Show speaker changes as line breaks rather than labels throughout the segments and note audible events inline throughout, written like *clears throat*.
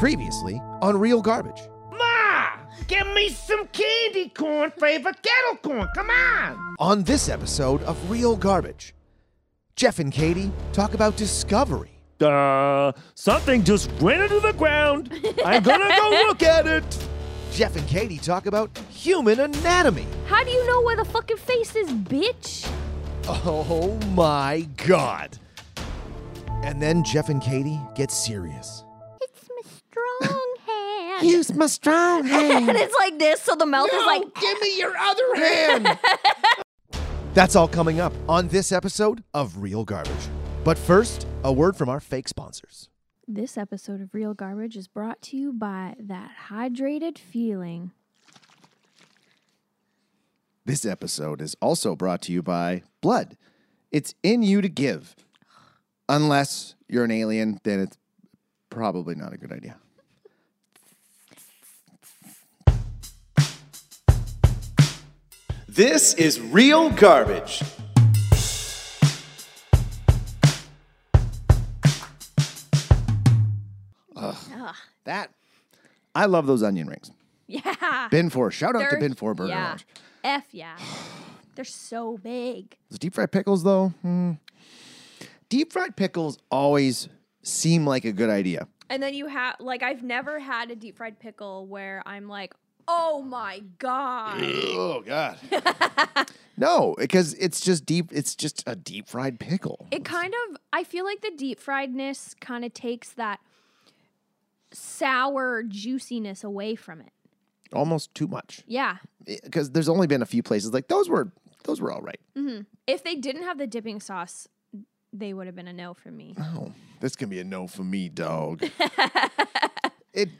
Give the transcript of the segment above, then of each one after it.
Previously on Real Garbage.
Ma!
Ah!
Get me some candy corn flavored kettle corn. Come on!
On this episode of Real Garbage, Jeff and Katie talk about discovery.
Uh, something just ran into the ground. I'm gonna
*laughs*
go look at it.
Jeff and Katie talk about human anatomy.
How do you know where the fucking face is, bitch?
Oh my god. And then Jeff and Katie get serious.
It's my *laughs* strong hand.
Use my strong
and
hand.
it's like this, so the mouth is like,
give me your other hand. *laughs* That's all coming up on this episode of Real Garbage. But first, a word from our fake sponsors.
This episode of Real Garbage is brought to you by that hydrated feeling.
This episode is also brought to you by Blood. It's in you to give. Unless you're an alien, then it's probably not a good idea.
This is real garbage.
That I love those onion rings.
Yeah.
Bin four. Shout out to
They're-
Bin Four Burger
yeah.
Lounge.
F *sighs* yeah. They're so big.
Those deep fried pickles though. hmm. Deep fried pickles always seem like a good idea.
And then you have, like, I've never had a deep fried pickle where I'm like, oh my God.
Oh god. *laughs* no, because it's just deep it's just a deep fried pickle.
It kind of, I feel like the deep friedness kind of takes that sour juiciness away from it.
Almost too much.
Yeah.
Because there's only been a few places like those were those were all right.
If they didn't have the dipping sauce, they would have been a no for
*laughs*
me.
Oh, this can be a no for me, *laughs* dog. it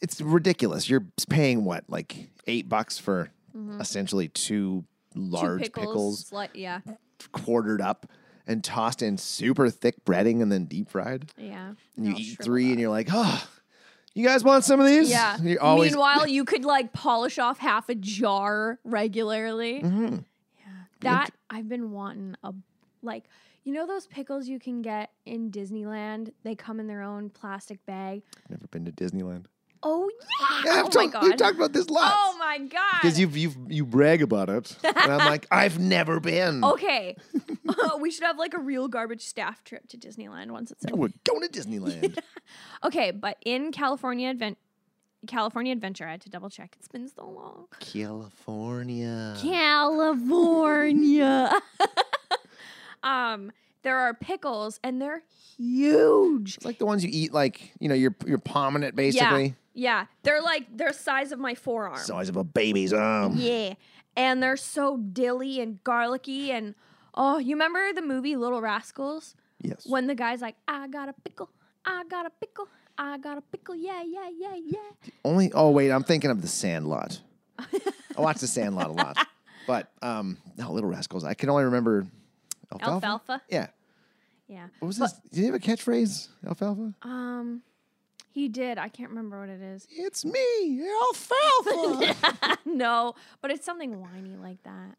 it's ridiculous. You're paying what, like eight bucks for essentially Mm-hmm. two large
Two
pickles.
sli- yeah.
quartered up and tossed in super thick breading and then deep fried.
Yeah.
And you
They'll
eat
shrivel
three
up.
and you're like, oh, you guys want some of these?
Yeah.
*laughs* You're always
Meanwhile, you could like polish off half a jar regularly.
Mhm.
That I've been wanting a like you know those pickles you can get in Disneyland? They come in their own plastic bag.
Never been to Disneyland.
Oh yeah.
Yeah, I've
oh my
talked-
god.
We've talked about this lots.
oh my god.
because you've, you've you brag about it,
*laughs*
and I'm like, I've never been. *laughs*
Okay. *laughs* we should have like a real garbage staff trip to Disneyland once it's over.
we're going to Disneyland.
*laughs* Okay, but in California Advent California Adventure, I had to double check. It's been so long.
California.
California. *laughs* um, there are pickles and they're huge.
It's like the ones you eat, like you know, you're you're palming it basically.
Yeah. Yeah. They're like they're size of my forearm.
Size of a baby's arm.
yeah. And they're so dilly and garlicky and oh, you remember the movie Little Rascals?
Yes.
When the guy's like, I got a pickle, I got a pickle, I got a pickle, yeah, yeah, yeah, yeah.
Only. Oh wait, I'm thinking of the Sandlot. I watch the Sandlot a
*laughs*
lot, but um, no, Little Rascals. I can only remember alfalfa.
Alfalfa.
Yeah.
Yeah.
What was this? Did he have a catchphrase? Alfalfa.
Um, he did. I can't remember what it is. *laughs*
It's me, alfalfa.
no, but it's something whiny like that.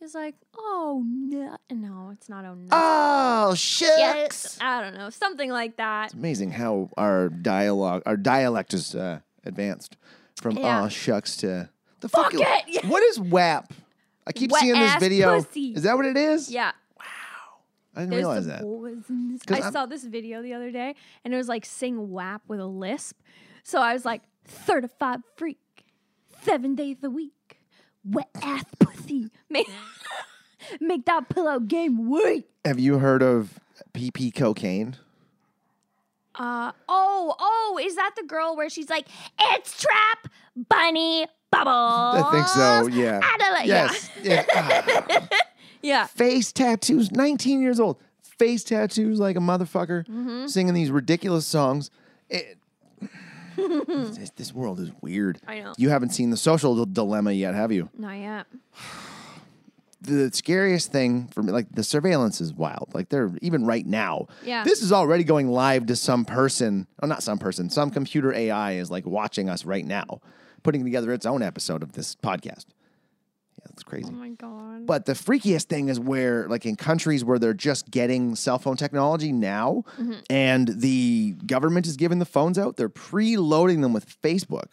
It's like, oh no, no, it's not. Oh no,
*laughs* oh shucks.
yes, I don't know, something like that.
It's amazing how our dialogue, our dialect is uh, advanced from
Yeah.
aw shucks to the
Fuck
fucking.
it! Yeah.
What is WAP? I keep
Wet
seeing this
ass
video.
pussy.
Is that what it is?
Yeah,
I didn't
there's
realize
the
that.
boys in this-
'Cause
I
I'm-
saw this video the other day, and it was like sing WAP with a lisp. So I was like, certified freak, seven days a week, wet ass pussy, *laughs* make make that pillow game work.
Have you heard of PP cocaine?
Uh oh, oh, is that the girl where she's like, it's trap bunny bubbles?
I think so. Yeah.
I don't know- yeah.
yes.
*laughs*
Yeah. Ah.
Yeah.
Face tattoos. Nineteen years old. Face tattoos like a motherfucker,
Mm-hmm.
singing these ridiculous songs.
*laughs*
It- this, this world is weird.
I know.
You haven't seen the social d- dilemma yet, have you?
Not yet.
the scariest thing for me, like the surveillance is wild. Like they're even right now.
Yeah.
This is already going live to some person, or not some person, some computer AI is like watching us right now, putting together its own episode of this podcast. It's crazy.
Oh my god.
But the freakiest thing is where, like in countries where they're just getting cell phone technology now,
Mm-hmm.
and the government is giving the phones out, they're preloading them with Facebook,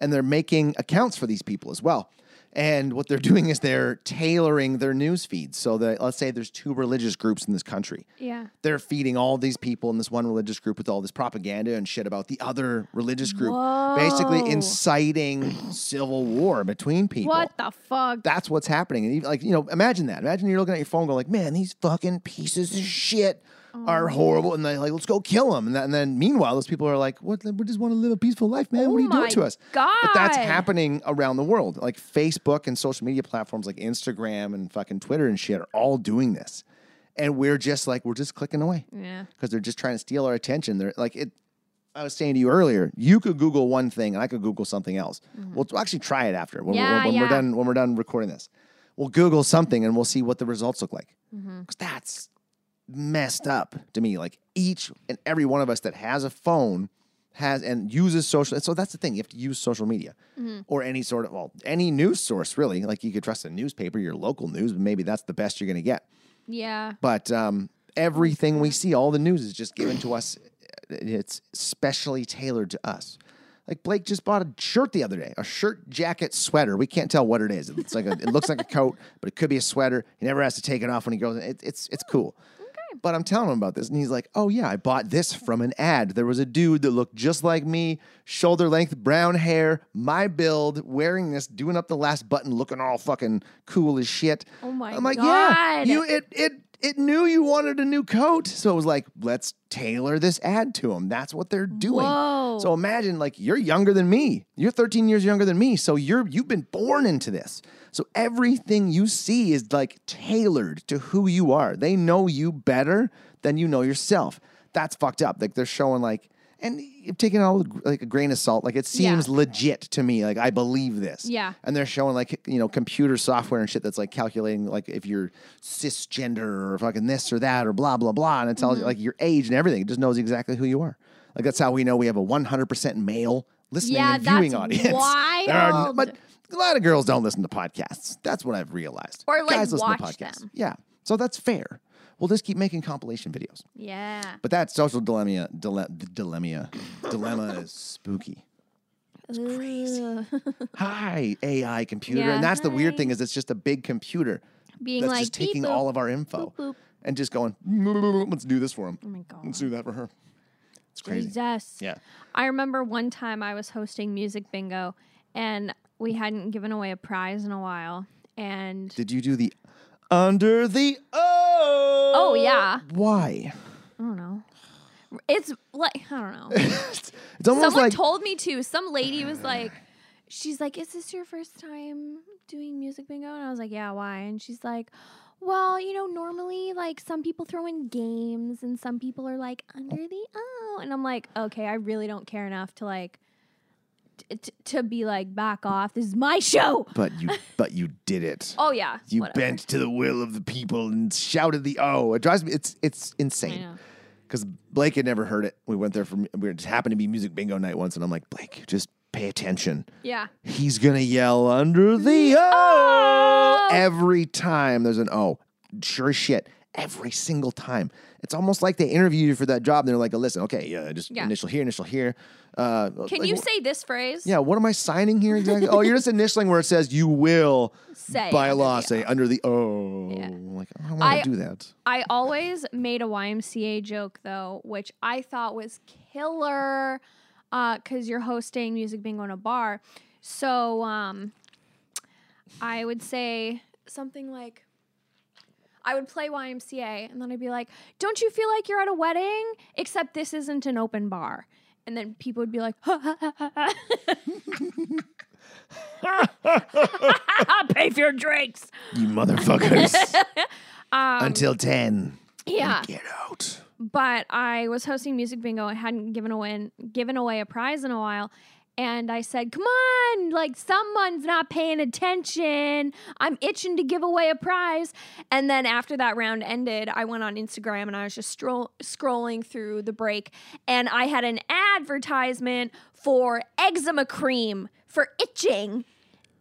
and they're making accounts for these people as well. And what they're *laughs* doing is they're tailoring their news feeds so that let's say there's two religious groups in this country.
Yeah.
They're feeding all these people in this one religious group with all this propaganda and shit about the other religious group,
Whoa.
basically inciting civil war between people
What the fuck?
that's what's happening. And you, like, you know, imagine that. Imagine you're looking at your phone going like, man, these fucking pieces of shit are horrible. And they're like, let's go kill them. And, that, and then meanwhile, those people are like, what? We just want to live a peaceful life, man. what are you
Oh my
doing to us? But that's
God.
happening around the world. Like Facebook and social media platforms like Instagram and fucking Twitter and shit are all doing this. And we're just like, we're just clicking away
yeah.
because they're just trying to steal our attention. They're like it. I was saying to you earlier, you could Google one thing and I could Google something else. We'll t- actually try it after when,
Mm-hmm. Yeah,
we're, when
yeah.
we're done when we're done recording this. We'll Google something and we'll see what the results look like. Because
Mm-hmm.
that's messed up to me. Like each and every one of us that has a phone has and uses social. So that's the thing. You have to use social media
Mm-hmm.
or any sort of well any news source really. Like you could trust a newspaper, your local news, but maybe that's the best you're going to get.
Yeah.
But um, everything we see, all the news is just given to us. It's specially tailored to us. Like Blake just bought a shirt the other day, a shirt, jacket, sweater. We can't tell what it is. It's like a, it looks like a coat, but it could be a sweater. He never has to take it off when he goes. It, it's it's cool. But I'm telling him about this, and he's like, "Oh yeah, I bought this from an ad. There was a dude that looked just like me, shoulder length, brown hair, my build, wearing this, doing up the last button, looking all fucking cool as shit."
Oh my
I'm like, yeah,
God.
you it it it knew you wanted a new coat, so it was like, let's tailor this ad to them. That's what they're doing.
Whoa.
So imagine like you're younger than me. You're 13 years younger than me, so you're you've been born into this. So everything you see is like tailored to who you are. They know you better than you know yourself. That's fucked up. Like they're showing like and taking it all with, like a grain of salt. Like it
Yeah.
seems legit to me. Like I believe this.
Yeah.
And they're showing like you know computer software and shit that's like calculating like if you're cisgender or fucking this or that or blah blah blah, and it
Mm-hmm.
tells you like your age and everything. It just knows exactly who you are. Like that's how we know we have a 100% male listening
Yeah,
and viewing
that's
audience. *laughs*
wild.
but a lot of girls don't listen to podcasts. That's what I've realized.
Or, like,
Guys listen to
watch
podcasts.
them.
Yeah. So that's fair. We'll just keep making compilation videos.
Yeah.
But that social dilemma, dile- dilemma, dilemma is spooky.
Ugh.
Hi, AI computer.
Yeah.
and that's the weird
Hi.
thing is it's just a big computer
Being
that's
like
just taking
beep, boop.
all of our info
boop, boop.
and just going, *laughs* let's do this for him.
Oh my god.
Let's do that for her. It's crazy.
Jesus.
Yeah.
I remember one time I was hosting music bingo and we hadn't given away a prize in a while. And
Did you do the under the O?
oh yeah.
Why? *laughs*
I don't know. It's like I don't know.
It's almost
Someone
like
told me to. Some lady was like, she's like, is this your first time doing music bingo? And I was like, yeah, why? And she's like, well, you know, normally like some people throw in games and some people are like under the oh. And I'm like, okay, I really don't care enough to like t- t- to be like back off. This is my show.
*laughs* but you but you did it.
*laughs* Oh yeah.
you
whatever.
bent to the will of the people and shouted the O. It drives me it's it's
I
insane.
know.
Because Blake had never heard it. We went there for we were- just happened to be music bingo night once and I'm like, Blake, just pay attention.
Yeah.
He's gonna yell under
Mm,
the
oh!
O every time there's an O. Sure as shit. Every single time. It's almost like they interview you for that job and they're like, listen, okay, yeah, just
Yeah.
initial here, initial here. Uh,
Can
like,
you say this phrase?
yeah, what am I signing here exactly? oh, you're just initialing where it says you will
Say
by
under
law
the
say under the oh.
Yeah.
I'm Like I don't want
I-
to do that.
I always made a YMCA joke though, which I thought was killer, because you're hosting music bingo in a bar. So um, I would say something like, I would play YMCA, and then I'd be like, "Don't you feel like you're at a wedding? Except this isn't an open bar." And then people would be like, *laughs* "Pay for your drinks."
You
*laughs*
motherfuckers. Until ten.
Um, Yeah.
Get out.
but I was hosting music bingo. I hadn't given away given away a prize in a while. And I said, "Come on, like someone's not paying attention. I'm itching to give away a prize." And then after that round ended, I went on Instagram and I was just stroll- scrolling through the break, and I had an advertisement for eczema cream for itching.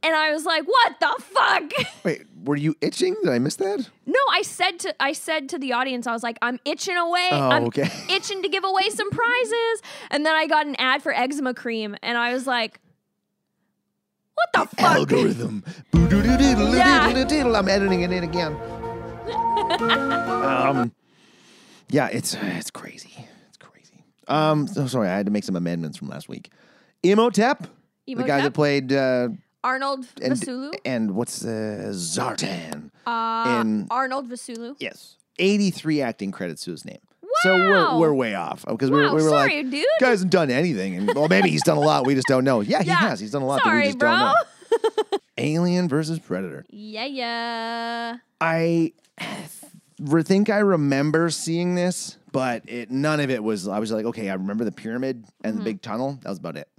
and I was like, "What the fuck?" *laughs*
Wait, were you itching? Did I miss that?
no, I said to I said to the audience, I was like, "I'm itching away.
Oh,
I'm
okay.
*laughs* itching to give away some prizes." And then I got an ad for eczema cream, and I was like, "What
*clears throat*
the fuck?"
Algorithm. Boo-doo-doo-doodle,
Yeah.
doodle-doo-doodle. I'm editing it in again. um, yeah, it's it's crazy. It's crazy. Um, so sorry, I had to make some amendments from last week. Imhotep, the guy
Imhotep?
that played uh,
Arnold
and
Vasulu.
and what's uh, Zartan?
Uh,
and-
Arnold Vasulu.
Yes, eighty-three acting credits to his name. So we're
Wow.
we're way off because we,
Wow,
were- we were
sorry,
like,
dude.
guy hasn't done anything, and well, maybe he's done a lot. We just don't know. Yeah, he
*laughs* Yeah.
has. He's done a lot. that we
Sorry,
just
bro. *laughs*
Don't know. Alien versus Predator.
Yeah, yeah.
I re- think I remember seeing this, but it none of it was. I was like, okay, I remember the pyramid and
Mm-hmm.
the big tunnel. That was about it.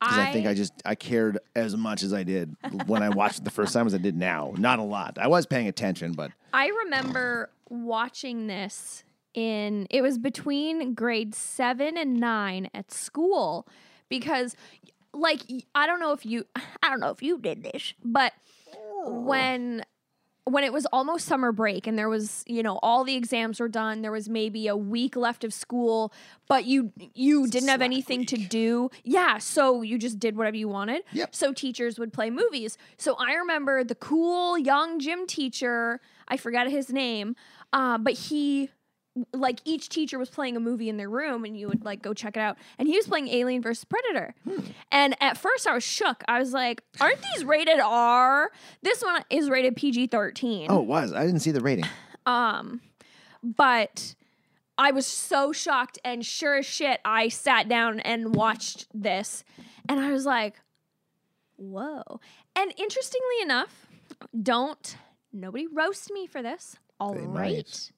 Because I, think I just I cared as much as I did when I watched it the first time as I did now. Not a lot. I was paying attention, but
I remember watching this in it was between grade 7 and 9 at school because like y- I don't know if you *laughs* I don't know if you did this but when when it was almost summer break and there was you know all the exams were done there was maybe a week left of school but you you didn't have anything to do yeah so you just did whatever you wanted
Yep.
so teachers would play movies so i remember the cool young gym teacher i forgot his name uh, but he like each teacher was playing a movie in their room and you would like go check it out and he was playing alien versus predator and at first i was shook i was like aren't these rated r this one is rated pg-13
oh, it was. I didn't see the rating.
um but i was so shocked and sure as shit i sat down and watched this and i was like whoa and interestingly enough don't nobody roast me for this all
They
right
might.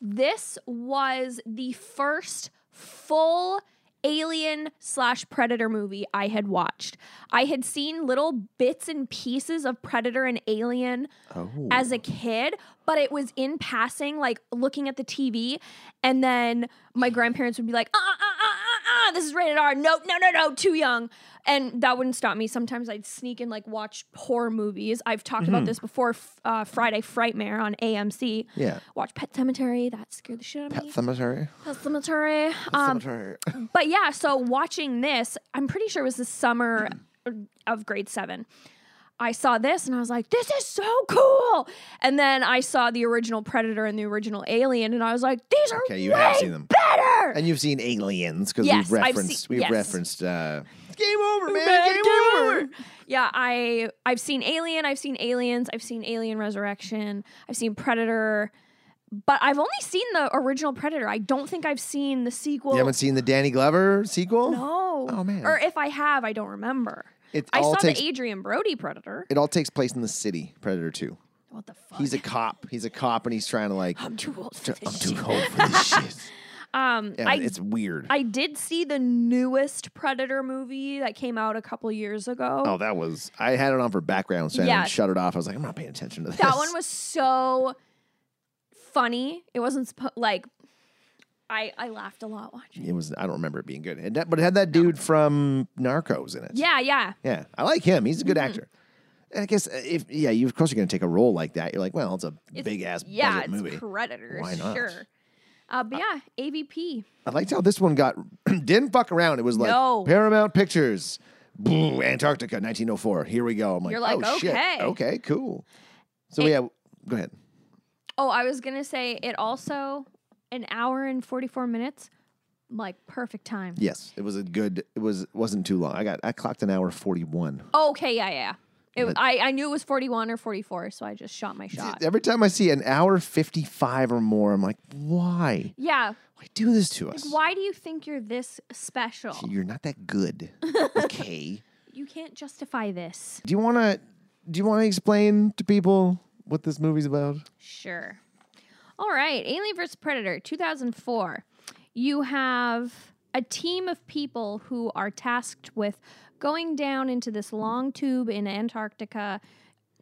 this was the first full alien slash predator movie i had watched i had seen little bits and pieces of predator and alien
Oh,
as a kid, but it was in passing, like looking at the TV. And then my grandparents would be like, uh, uh, uh, uh, uh, this is rated R. No, no, no, no, too young. And that wouldn't stop me. Sometimes I'd sneak and like watch horror movies. I've talked
Mm-hmm.
about this before f- uh, Friday Frightmare on AMC.
yeah.
Watch Pet Cemetery. That scared the shit out of
Pet
me.
cemetery.
Pet Cemetery. Um,
cemetery.
but yeah, so watching this, I'm pretty sure it was the summer of grade seven. I saw this and I was like, this is so cool. And then I saw the original Predator and the original Alien, and I was like, these are
Okay, you
way
have seen them.
better.
And you've seen Aliens because
Yes,
we've
I've
referenced
seen-
we've
yes.
referenced uh, Game Over, man.
Bad
game,
game
over.
over. Yeah, I I've seen Alien, I've seen Aliens, I've seen Alien Resurrection, I've seen Predator, but I've only seen the original Predator. I don't think I've seen the sequel.
You haven't seen the Danny Glover sequel?
no.
Oh, man.
Or if I have, I don't remember.
It
I
all
saw
takes
the Adrian Brody Predator.
it all takes place in the city. Predator Two.
What the fuck?
He's a cop. He's a cop, and he's trying to
*gasps*
like.
I'm too old for
I'm
this.
too
shit.
cold for
*laughs*
this shit.
Um,
Yeah,
I
it's weird.
I did see the newest Predator movie that came out a couple years ago.
oh, that was. I had it on for background sound
Yeah.
and shut it off. I was like, I'm not paying attention to this.
that one was so funny. It wasn't suppo- like I I laughed a lot watching.
*laughs* It was. I don't remember it being good. And that, but it had that dude from Narcos in it.
Yeah, Mm-hmm. yeah.
Yeah, I like him. He's a good actor. And I guess uh, if yeah, you of course you're going to take a role like that. You're like, well, it's a
It's-
big ass
yeah,
budget
it's
movie.
Predator.
Why not?
Sure. Uh, but yeah, AVP.
I liked how this one got *clears throat* didn't fuck around. It was like
No.
Paramount Pictures, boom, Antarctica, 1904. Here we go. I'm like,
You're like,
oh
okay.
shit, okay, cool. So
It-
yeah, go ahead.
Oh, I was gonna say it also an hour and forty four minutes, like perfect time.
Yes, it was a good. It was wasn't too long. I got I clocked an hour 41.
Okay, yeah, yeah. It, I, I knew it was 41 or 44, so I just shot my shot.
Every time I see an hour 55 or more, I'm like, why?
Yeah.
Why do this to us?
Why do you think you're this special?
You're not that good. *laughs* okay.
You can't justify this.
Do you want to? Do you want to explain to people what this movie's about?
Sure. All right. Alien vs. Predator, 2004. You have a team of people who are tasked with going down into this long tube in Antarctica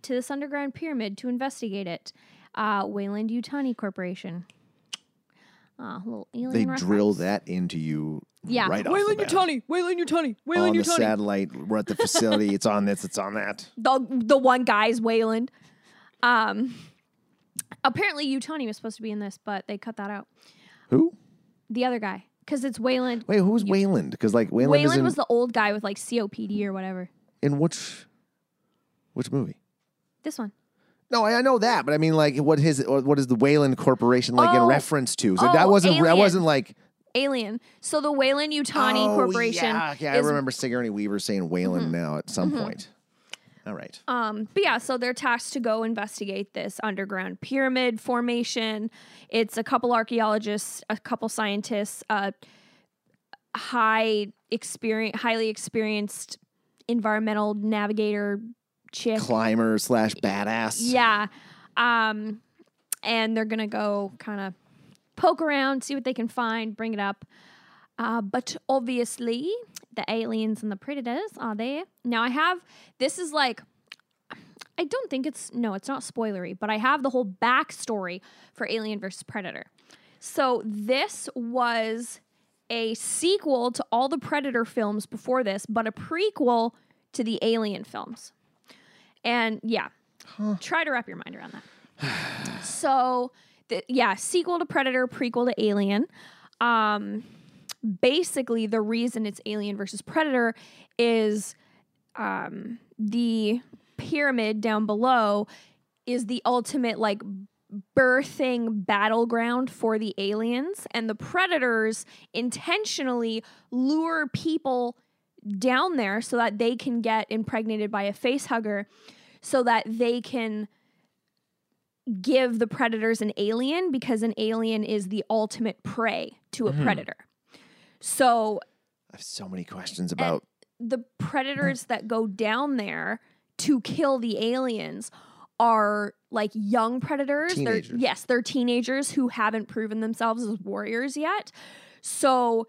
to this underground pyramid to investigate it. Uh, Wayland Yutani Corporation. Ah, little alien.
They
reference.
drill that into you
Yeah.
right off the
Waylon, your
bat.
Tony. Waylon, your Tony.
on
Waylon,
the
your Tony.
satellite. We're at the facility. it's on this. It's on that. *laughs*
the the one guy's Wayland. Um, apparently, Utani was supposed to be in this, but they cut that out.
Who?
The other guy, because it's Wayland.
Wait, who's Wayland? Because like Wayland, is
Wayland
in,
was the old guy with like COPD or whatever.
in which which movie?
This one.
No, I, I know that, but I mean, like, what his what is the Wayland Corporation like in
Oh.
reference to? So that
Oh,
wasn't that
Alien.
wasn't like
Alien. So the Wayland Utani
oh,
Corporation.
Yeah, yeah I
is- Mm-hmm.
remember Sigourney Weaver saying Wayland now at some point. All right,
Um, but yeah, so they're tasked to go investigate this underground pyramid formation. It's a couple archaeologists, a couple scientists, uh, high experience, highly experienced environmental navigator chick.
climber slash badass.
Yeah. Um, and they're going to go kind of poke around, see what they can find, bring it up. Uh, but obviously, the aliens and the predators are there. Now, I have this is like, I don't think it's, no, it's not spoilery, but I have the whole backstory for Alien versus Predator. So this was a sequel to all the Predator films before this, but a prequel to the Alien films. And yeah, try to wrap your mind around that. *sighs* so, the, yeah, sequel to Predator, prequel to Alien. Um, basically, the reason it's Alien versus Predator is um, the pyramid down below is the ultimate like birthing battleground for the aliens and the predators intentionally lure people down there so that they can get impregnated by a face hugger so that they can give the predators an alien because an alien is the ultimate prey to a predator. So
I have so many questions about
the predators that go down there to kill the aliens are like young predators. They're
Teenagers.
yes, they're teenagers who haven't proven themselves as warriors yet. So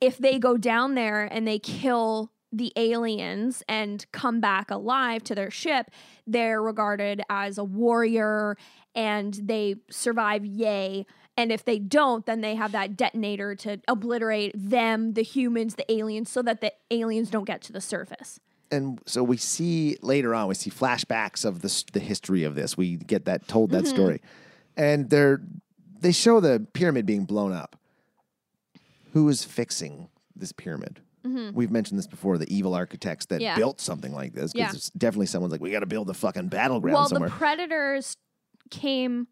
if they go down there and they kill the aliens and come back alive to their ship, they're regarded as a warrior and they survive, yay. And if they don't, then they have that detonator to obliterate them, the humans, the aliens, so that the aliens don't get to the surface.
and so we see later on we see flashbacks of the s- the history of this. We get that told that
Mm-hmm.
story, and they're they show the pyramid being blown up. Who is fixing this pyramid? We've mentioned this before. The evil architects that
Mm-hmm. Yeah.
built something like this
Yeah.
because definitely someone's like, we got to build a fucking battleground
well,
somewhere.
the predators came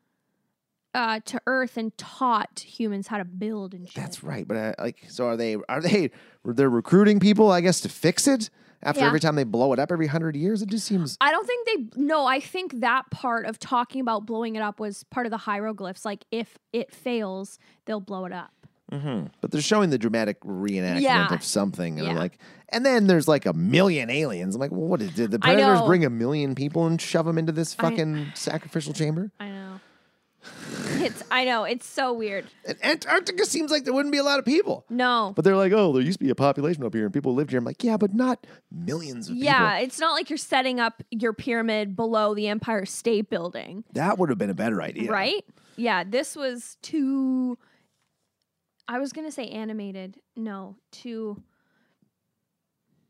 uh, to Earth and taught humans how to build and shit.
That's right. But uh, like, so are they? Are they? They're recruiting people, I guess, to fix it after
Yeah.
every time they blow it up every hundred years. It just seems
I don't think they. No, I think that part of talking about blowing it up was part of the hieroglyphs. Like, if it fails, they'll blow it up.
But they're showing the dramatic reenactment
Yeah.
of something, and I'm
Yeah.
like, and then there's like a million aliens. I'm like, well, what is, did the
I
predators
know.
bring a million people and shove them into this
I-
fucking sacrificial chamber?
I know. it's. I know. It's so weird.
And Antarctica seems like there wouldn't be a lot of people,
No.
but they're like, oh, there used to be a population up here, and people lived here. I'm like, yeah, but not millions of
yeah,
people.
it's not like you're setting up your pyramid below the Empire State Building,
That would have been a better idea,
right? Yeah, this was too. I was gonna say animated. No, too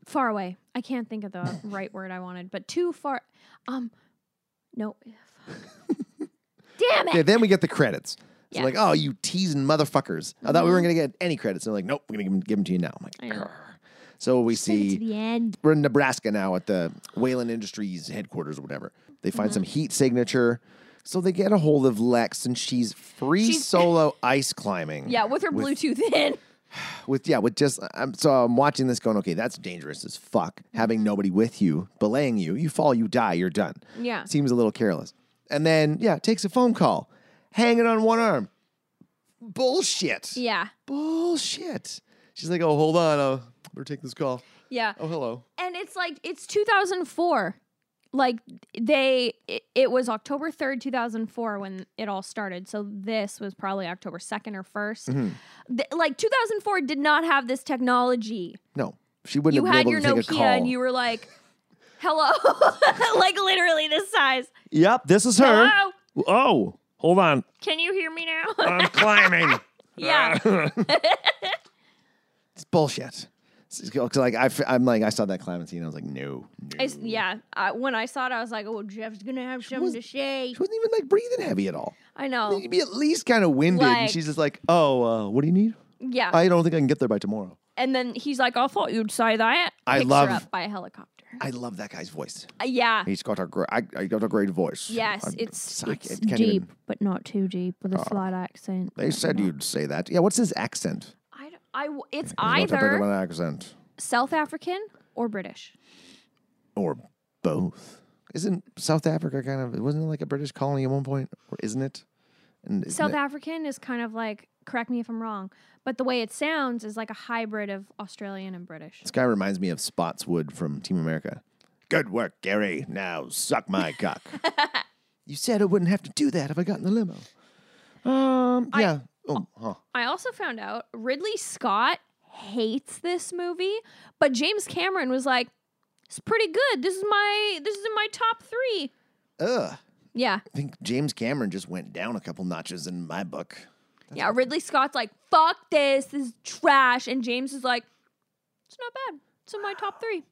far away. I can't think of *laughs* the right word I wanted, but too far. Um, no. *laughs* Damn it!
Yeah, then we get the credits. So
Yeah. Mm-hmm.
like, oh, you teasing motherfuckers! I thought we weren't gonna get any credits. They're like, nope, we're gonna give them, to you now. I'm like,
I know.
"Grr." so we
Send it
see
to the end.
we're in Nebraska now at the Wayland Industries headquarters or whatever. They find
Mm-hmm.
some heat signature. So they get a hold of Lex and she's free
She's-
solo ice climbing.
Yeah, with her Bluetooth in.
With yeah, with just I'm so I'm watching this going, okay, that's dangerous as fuck.
Mm-hmm.
Having nobody with you, belaying you, you fall, you die, you're done.
Yeah.
Seems a little careless. And then yeah, takes a phone call, hanging on one arm. Bullshit.
*laughs* Yeah,
Bullshit. She's like, oh, hold on, uh, better take this call.
yeah.
Oh, hello.
and it's like it's 2004 like they it, it was october 3rd 2004 when it all started so this was probably october 2nd or 1st
Mm-hmm.
Th- like 2004 did not have this technology
No, she wouldn't
you
have been
had
able to
your
take a
nokia
call.
and you were like hello *laughs* like literally this
*laughs*
size
Yep, this is her.
hello
Oh, hold on.
Uh,
can you hear me now
*laughs*
I'm climbing.
*laughs* Yeah.
It's bullshit. It's- it's- 'cause, like I, am like I saw that Clementine, I was like, no, no.
It's- yeah. I, when I saw it, I was like, oh, Jeff's going to have something
was-
to say.
She wasn't even like breathing heavy at all.
I know.
You'd be at least kind of winded,
Oh. Like- Oh.
and she's just like, oh, uh, what do you need?
Yeah.
I don't think I can get there by tomorrow.
and then he's like, I thought you'd say that.
I
Picks
love-
Her up by a helicopter.
I love that guy's voice.
Uh, yeah.
He's got a great, I, I got a great voice.
Yes,
I'm-
it's,
I
it's
can't
deep,
even- Oh.
but not too deep with a slight accent.
they said you'd say that. Yeah, what's his accent?
I, d- I w- it's
He's not that big of
either
an accent
South African or British.
or both. Isn't South Africa kind of? Wasn't it like a British colony at one point, or isn't it? And
South
Africa.
African is kind of like, correct me if I'm wrong, but the way it sounds is like a hybrid of Australian and British.
This guy reminds me of Spotswood from Team America. Good work, Gary. Now suck my cock. you said I wouldn't have to do that if I got in the limo. Um.
I-
yeah. oh. Huh.
I also found out Ridley Scott hates this movie, but James Cameron was like, "It's pretty good. This is my this is in my top three.
Ugh.
Yeah,
I think James Cameron just went down a couple notches in my book.
yeah. Ridley Scott's like, "Fuck this. This is trash," and James is like, "It's not bad. It's in my top three.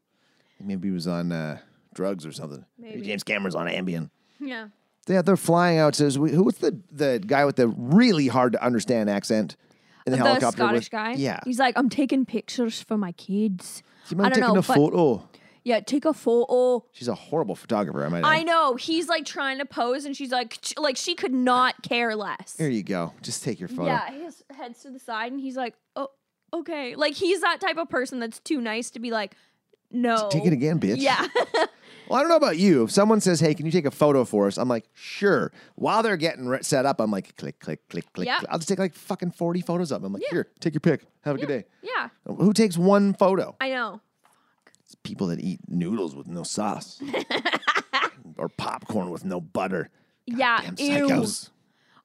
Maybe he was on uh, drugs or something. Maybe.
Maybe.
James Cameron's on Ambien.
Yeah,
Yeah, they're flying out. Says we- who? What's the the guy with the really hard to understand accent in the,
the
helicopter?
Scottish
with,
guy.
Yeah.
he's like, "I'm taking pictures for my kids.
Do you mind
I don't
taking
know,
a
but-
photo?
Yeah, take a photo."
She's a horrible photographer. I might.
I
add.
know he's like trying to pose, and she's like, ch- like she could not care less.
Here you go. Just take your photo.
Yeah, his head's to the side, and he's like, "Oh, okay." Like he's that type of person that's too nice to be like, "No."
Take it again, bitch.
*laughs* Yeah,
Well, I don't know about you. If someone says, "Hey, can you take a photo for us?" I'm like, "Sure." While they're getting re- set up, I'm like, "Click, click, click, click."
Yeah.
click. I'll just take like fucking 40 photos of them. I'm like, "Here, take your pick. Have a good day."
yeah,
Who takes one photo?
I know.
It's people that eat noodles with no
*laughs*
sauce or popcorn with no butter.
yeah,
Damn
ew.
psychos.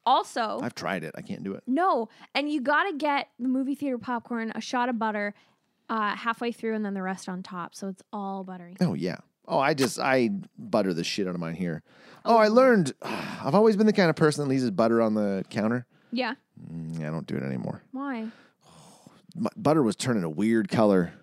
Also,
I've tried it. I can't do it.
no, and you gotta get the movie theater popcorn, a shot of butter, uh, halfway through, and then the rest on top, so it's all buttery.
Oh yeah. Oh, I just I butter the shit out of mine here. Oh, I learned. *sighs* I've always been the kind of person that leaves his butter on the counter.
Yeah,
Mm, I don't do it anymore.
why?
my butter was turning a weird color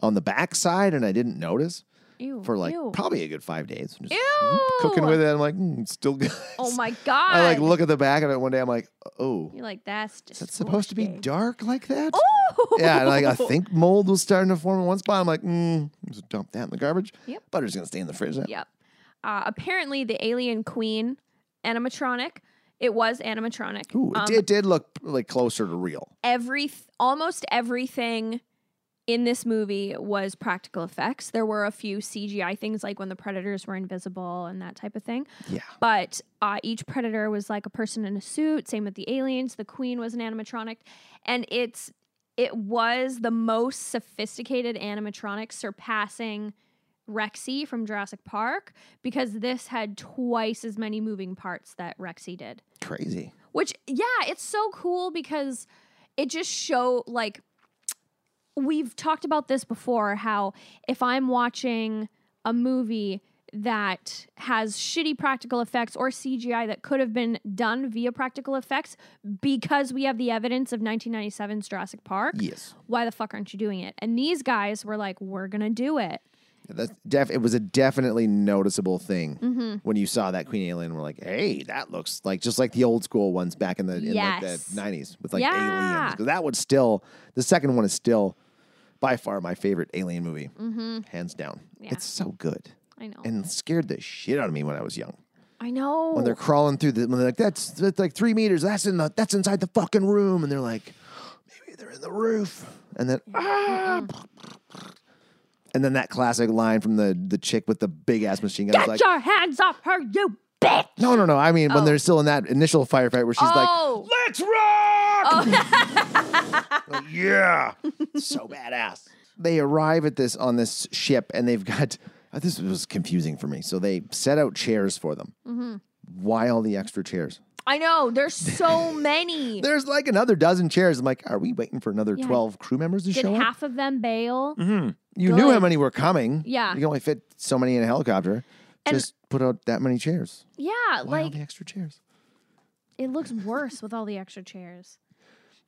on the backside, and I didn't notice
Ew.
for like
ew.
probably a good five days. I'm just
Ew.
cooking with it. I'm like, mm, it's still good.
Oh
*laughs*
my god!
I like look at the back of it one day. I'm like, oh,
You're like that's just.
that's supposed to be dark like that.
Oh.
Yeah, and
*laughs*
like I think mold was starting to form in one spot. I'm like, mm, just dump that in the garbage.
Yep.
Butter's gonna stay in the fridge. then.
Yep. Uh, apparently, the alien queen animatronic. It was animatronic.
Ooh, it,
Um,
did, it did look like closer to real.
Every almost everything in this movie was practical effects. There were a few CGI things, like when the predators were invisible and that type of thing.
Yeah.
But uh, each predator was like a person in a suit. Same with the aliens. The queen was an animatronic, and it's it was the most sophisticated animatronic, surpassing Rexy from Jurassic Park because this had twice as many moving parts that Rexy did.
Crazy.
Which yeah, it's so cool because it just show like we've talked about this before how if I'm watching a movie that has shitty practical effects or CGI that could have been done via practical effects because we have the evidence of 1997's Jurassic Park.
Yes.
Why the fuck aren't you doing it? And these guys were like, we're going to do it.
That's def- it was a definitely noticeable thing
Mm-hmm.
when you saw that Queen Alien. We're like, hey, that looks like just like the old school ones back in the in like the
Yes.
nineties with like
Yeah.
aliens. 'Cause that would still the second one is still by far my favorite alien movie, hands down. It's so good
Mm-hmm. I know.
and scared the shit out of me when I was young.
I know.
When they're crawling through the when they're like that's, that's like three meters. That's in the that's inside the fucking room, and they're like maybe they're in the roof, and then ah. *laughs* And then that classic line from the the chick with the big ass machine gun is
Get
like,
your hands off her, you bitch.
no, no, no. I mean, when they're still in that initial firefight where she's
oh,
Let's rock!
like, *laughs* yeah, so badass. They arrive at this on this ship, and they've got *laughs* uh, this was confusing for me. So they set out chairs for them.
Mm-hmm.
Why all the extra chairs?
I know. There's
*laughs*
so many.
There's like another dozen chairs. I'm like, are we waiting for another
Yeah.
12 crew members to
Did
show up?
half of them bail?
Mm-hmm. You knew how
good.
many were coming.
Yeah.
You can only fit so many in a helicopter.
And-
Just put out that many chairs.
Yeah,
Why all
like
the extra chairs?
it looks worse with all the extra chairs.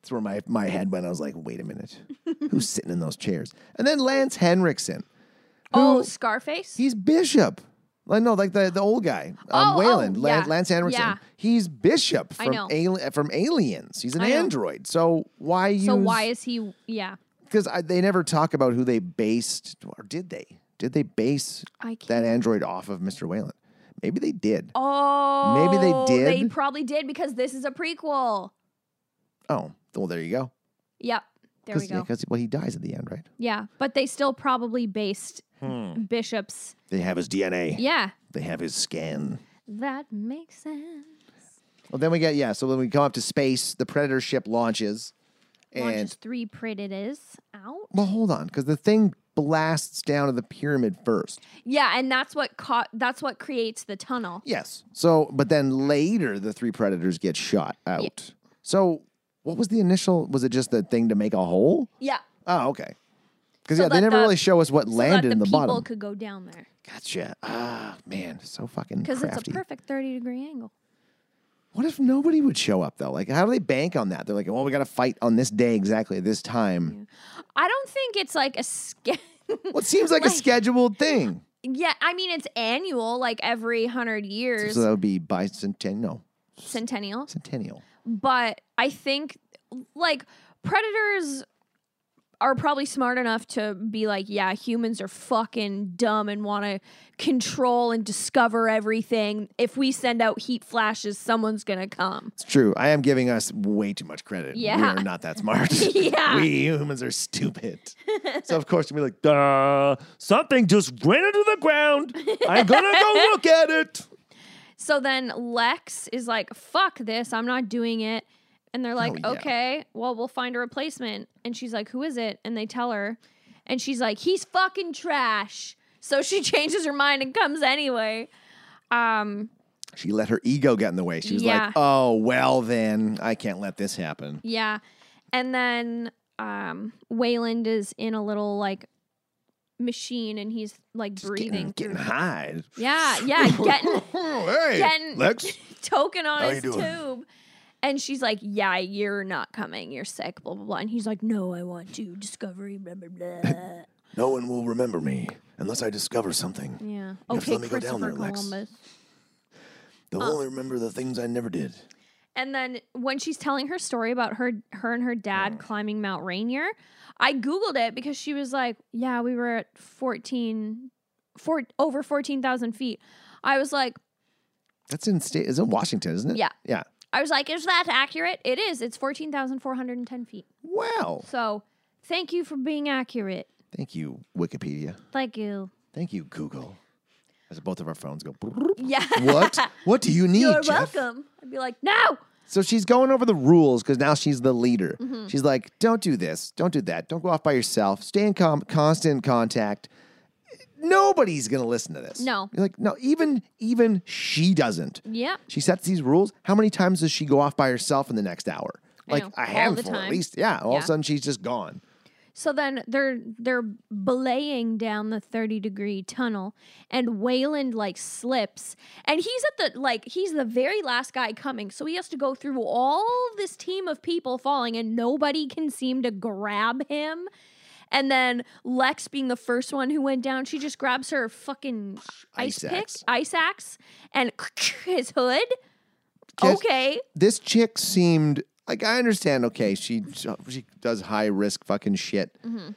That's where my, my head went. I was like, wait a minute. *laughs* Who's sitting in those chairs? And then Lance Henriksen.
Oh, Scarface.
He's Bishop. Like no, like the, the old guy, um,
Oh,
Wayland,
oh,
Lan-
yeah.
Lance Henriksen.
Yeah.
He's Bishop
I
from
know.
Ali- from Aliens. He's an
I know.
android. So why use?
so why is he? Yeah,
Because they never talk about who they based, or did they? Did they base
I can't.
that android off of Mr. Wayland? Maybe they did.
oh,
Maybe they
They
did.
probably did because this is a prequel.
Oh, well, there you go.
Yep. There we
Because
go.
well, he dies at the end, right?
Yeah, but they still probably based
Hmm.
bishops.
They have his DNA.
Yeah,
They have his skin.
that makes sense.
Well, then we get yeah. So when we come up to space, the Predator ship launches, and
Launches three predators out.
well, hold on, because the thing blasts down to the pyramid first.
Yeah, and that's what caught. That's what creates the tunnel.
Yes. So, but then later the three predators get shot out. So, what was the initial? Was it just the thing to make a hole?
Yeah,
Oh, okay. Because
So
yeah, they
that
never
the-
really show us what
so that
landed
the,
in the
people
bottom.
could go down there
Gotcha. Ah, man, so fucking
because
crafty.
it's a perfect thirty degree angle.
What if nobody would show up though? Like, how do they bank on that? They're like, well, we got to fight on this day exactly at this time.
I don't think it's like a ske-
Well, it seems like, a
*laughs* Like-
scheduled thing.
*laughs* yeah. I mean, it's annual, like every hundred years,
So that would be bicentennial. No,
centennial.
centennial.
but I think like predators are probably smart enough to be like, yeah, humans are fucking dumb and want to control and discover everything. If we send out heat flashes, someone's gonna come.
It's true. I am giving us way too much credit. We
Yeah.
are not that
*laughs*
smart. *laughs*
Yeah.
we humans are
*laughs*
stupid. so of course we'll be like,
Duh, Uh, something just ran into the ground. I'm gonna go look at it.
So then Lex is like, fuck this, I'm not doing it. And they're like,
Oh, yeah.
okay, well, we'll find a replacement. And she's like, who is it? And they tell her. And she's like, he's fucking trash. So she *laughs* changes her mind and comes anyway. Um,
she let her ego get in the way. She was
Yeah.
like, oh well, then I can't let this happen.
Yeah. And then um Wayland is in a little like machine and he's like breathing.
Getting, getting
*laughs*
high. Oh,
Yeah, yeah, getting
hey, *laughs*
getting- *laughs*
Lex.
token on
How
his
you doing?
tube. And she's like, Yeah, you're not coming. You're sick, blah blah blah. And he's like, No, I want to. Discovery, blah blah
*laughs*
blah.
No one will remember me unless I discover something.
yeah.
have to
Okay,
let me go down
Oh, Christopher
there, Lex.
Columbus.
They'll only remember the things I never did.
And then when she's telling her story about her her and her dad climbing Mount Rainier, I googled it because she was like, "Yeah, we were at 14 four, over 14,000 feet." I
*laughs*
was like,
That's in state. Is in Washington, isn't it?
Yeah.
Yeah.
I was like, "Is that accurate?" It is. It's 14,410 feet.
Wow.
So, thank you for being accurate.
Thank you, Wikipedia.
Thank you.
Thank you, Google. As both of our phones go. *laughs*
Yeah. *laughs*
What? what do you need?
You're
Jeff?
welcome. I'd be like, "No."
So she's going over the rules because now she's the leader.
Mm-hmm.
She's like, don't do this, don't do that, don't go off by yourself, stay in com- constant contact. Nobody's gonna listen to this.
No.
You're like, no, even even she doesn't.
Yep.
She sets these rules. How many times does she go off by herself in the next hour?
I
Like
know.
a
All the
handful, at
time.
least. Yeah. All of
Yeah.
a sudden, she's just gone.
So then they're they're belaying down the 30 degree tunnel and Wayland like slips and he's at the like he's the very last guy coming. So he has to go through all this team of people falling and nobody can seem to grab him. And then Lex being the first one who went down, she just grabs her fucking ice,
Ice
pick,
axe.
ice axe and *laughs* his hood.
Yes.
Okay.
This chick seemed like I understand. Okay, she she does high risk fucking shit.
Mm-hmm.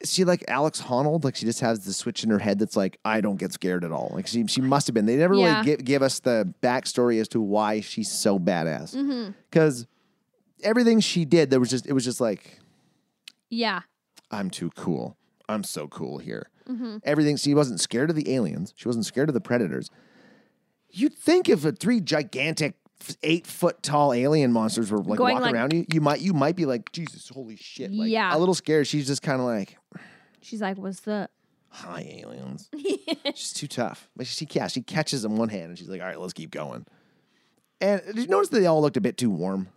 Is she like Alex Honnold? Like she just has the switch in her head that's like I don't get scared at all. Like she she must have been. They never
Yeah.
really give give us the backstory as to why she's so
Mm-hmm.
badass. Because everything she did, there was just it was just like
Yeah.
I'm too cool. I'm so cool here.
Mm-hmm.
Everything. She wasn't scared of the aliens. She wasn't scared of the predators. You'd think if a three gigantic, f- eight foot tall alien monsters were like
Going
walking
like-
around you, you might you might be like Jesus, holy shit. Like,
Yeah.
A little scared. She's just kind of like,
She's like, "What's the
hi
*laughs*
aliens. she's too tough. But she yeah, she catches them one hand and she's like, all right, let's keep going. And did you notice that they all looked a bit too warm?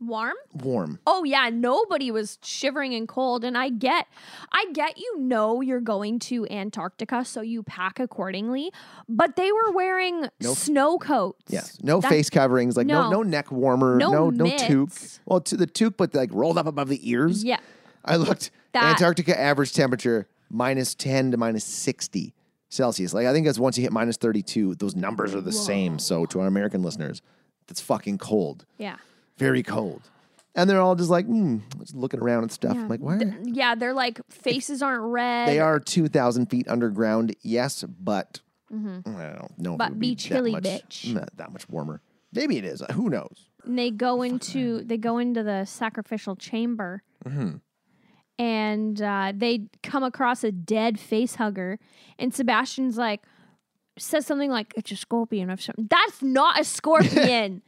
warm?
warm.
Oh yeah, nobody was shivering and cold and I get I get you know you're going to Antarctica so you pack accordingly, but they were wearing
No-
snow coats.
Yes. No
That-
face coverings, like no.
No.
no neck warmer,
No
no no,
mitts.
toque. Well, to the toque, but like rolled up above the ears.
Yeah.
I looked.
That-
Antarctica average temperature minus ten to minus sixty Celsius. Like I think that's once you hit minus thirty two, those numbers are the same. So to our American listeners, that's fucking cold,
Yeah.
very cold. And they're all just like, mm, just looking around and stuff.
Yeah.
I'm like, why?
Th-
are-
yeah, they're like faces aren't red.
They are two thousand feet underground. Yes, but I don't know. if it
Mm-hmm. But
would
be chilly,
that much,
bitch.
Not that much warmer. Maybe it is. Who knows?
And they go into they go into the sacrificial chamber. And uh, they come across a dead face hugger, and Sebastian's like says something like it's a scorpion or something. That's not a scorpion.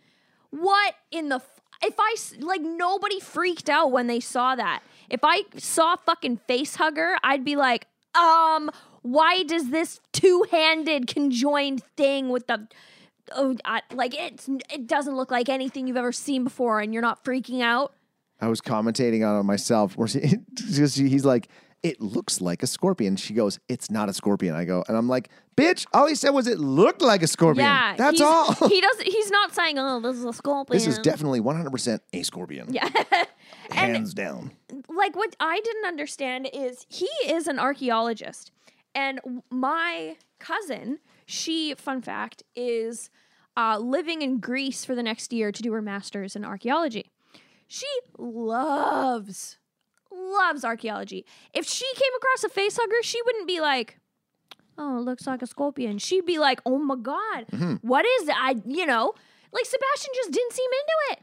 what in the f- if I s- like nobody freaked out when they saw that. If I saw fucking face hugger, I'd be like, um, why does this two-handed conjoined thing with the oh, I, like it's it doesn't look like anything you've ever seen before, and you're not freaking out.
I was commentating on it myself. Where she, *laughs* just- he's like, "It looks like a scorpion." She goes, "It's not a scorpion." I go, and I'm like, "Bitch!" All he said was, "It looked like a scorpion."
Yeah,
that's
he's-
all. *laughs*
he does. He's not saying, "Oh, this is a scorpion."
this is definitely 100 percent a scorpion.
*laughs* Yeah.
hands down.
like what I didn't understand is he is an archaeologist, and w- my cousin, she, fun fact, is uh, living in Greece for the next year to do her master's in archaeology. She loves loves archaeology. If she came across a face hugger, she wouldn't be like. Oh, it looks like a scorpion. She'd be like, "Oh my god, what is that?" I, you know, like Sebastian just didn't seem into it.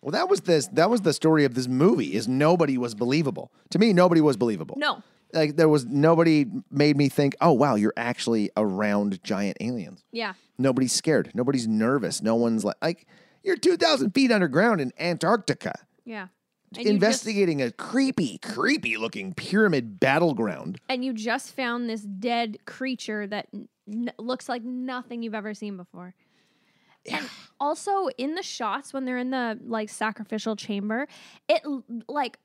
Well, that was this. That was the story of this movie. Is nobody was believable to me. Nobody was believable.
No,
like there was nobody made me think. Oh wow, you're actually around giant aliens.
yeah,
Nobody's scared. Nobody's nervous. No one's like like you're 2,000 feet underground in Antarctica.
yeah. And you just-
investigating a creepy, creepy looking pyramid battleground.
and you just found this dead creature that n- n- looks like nothing you've ever seen before. And also in the shots when they're in the like sacrificial chamber, it l- like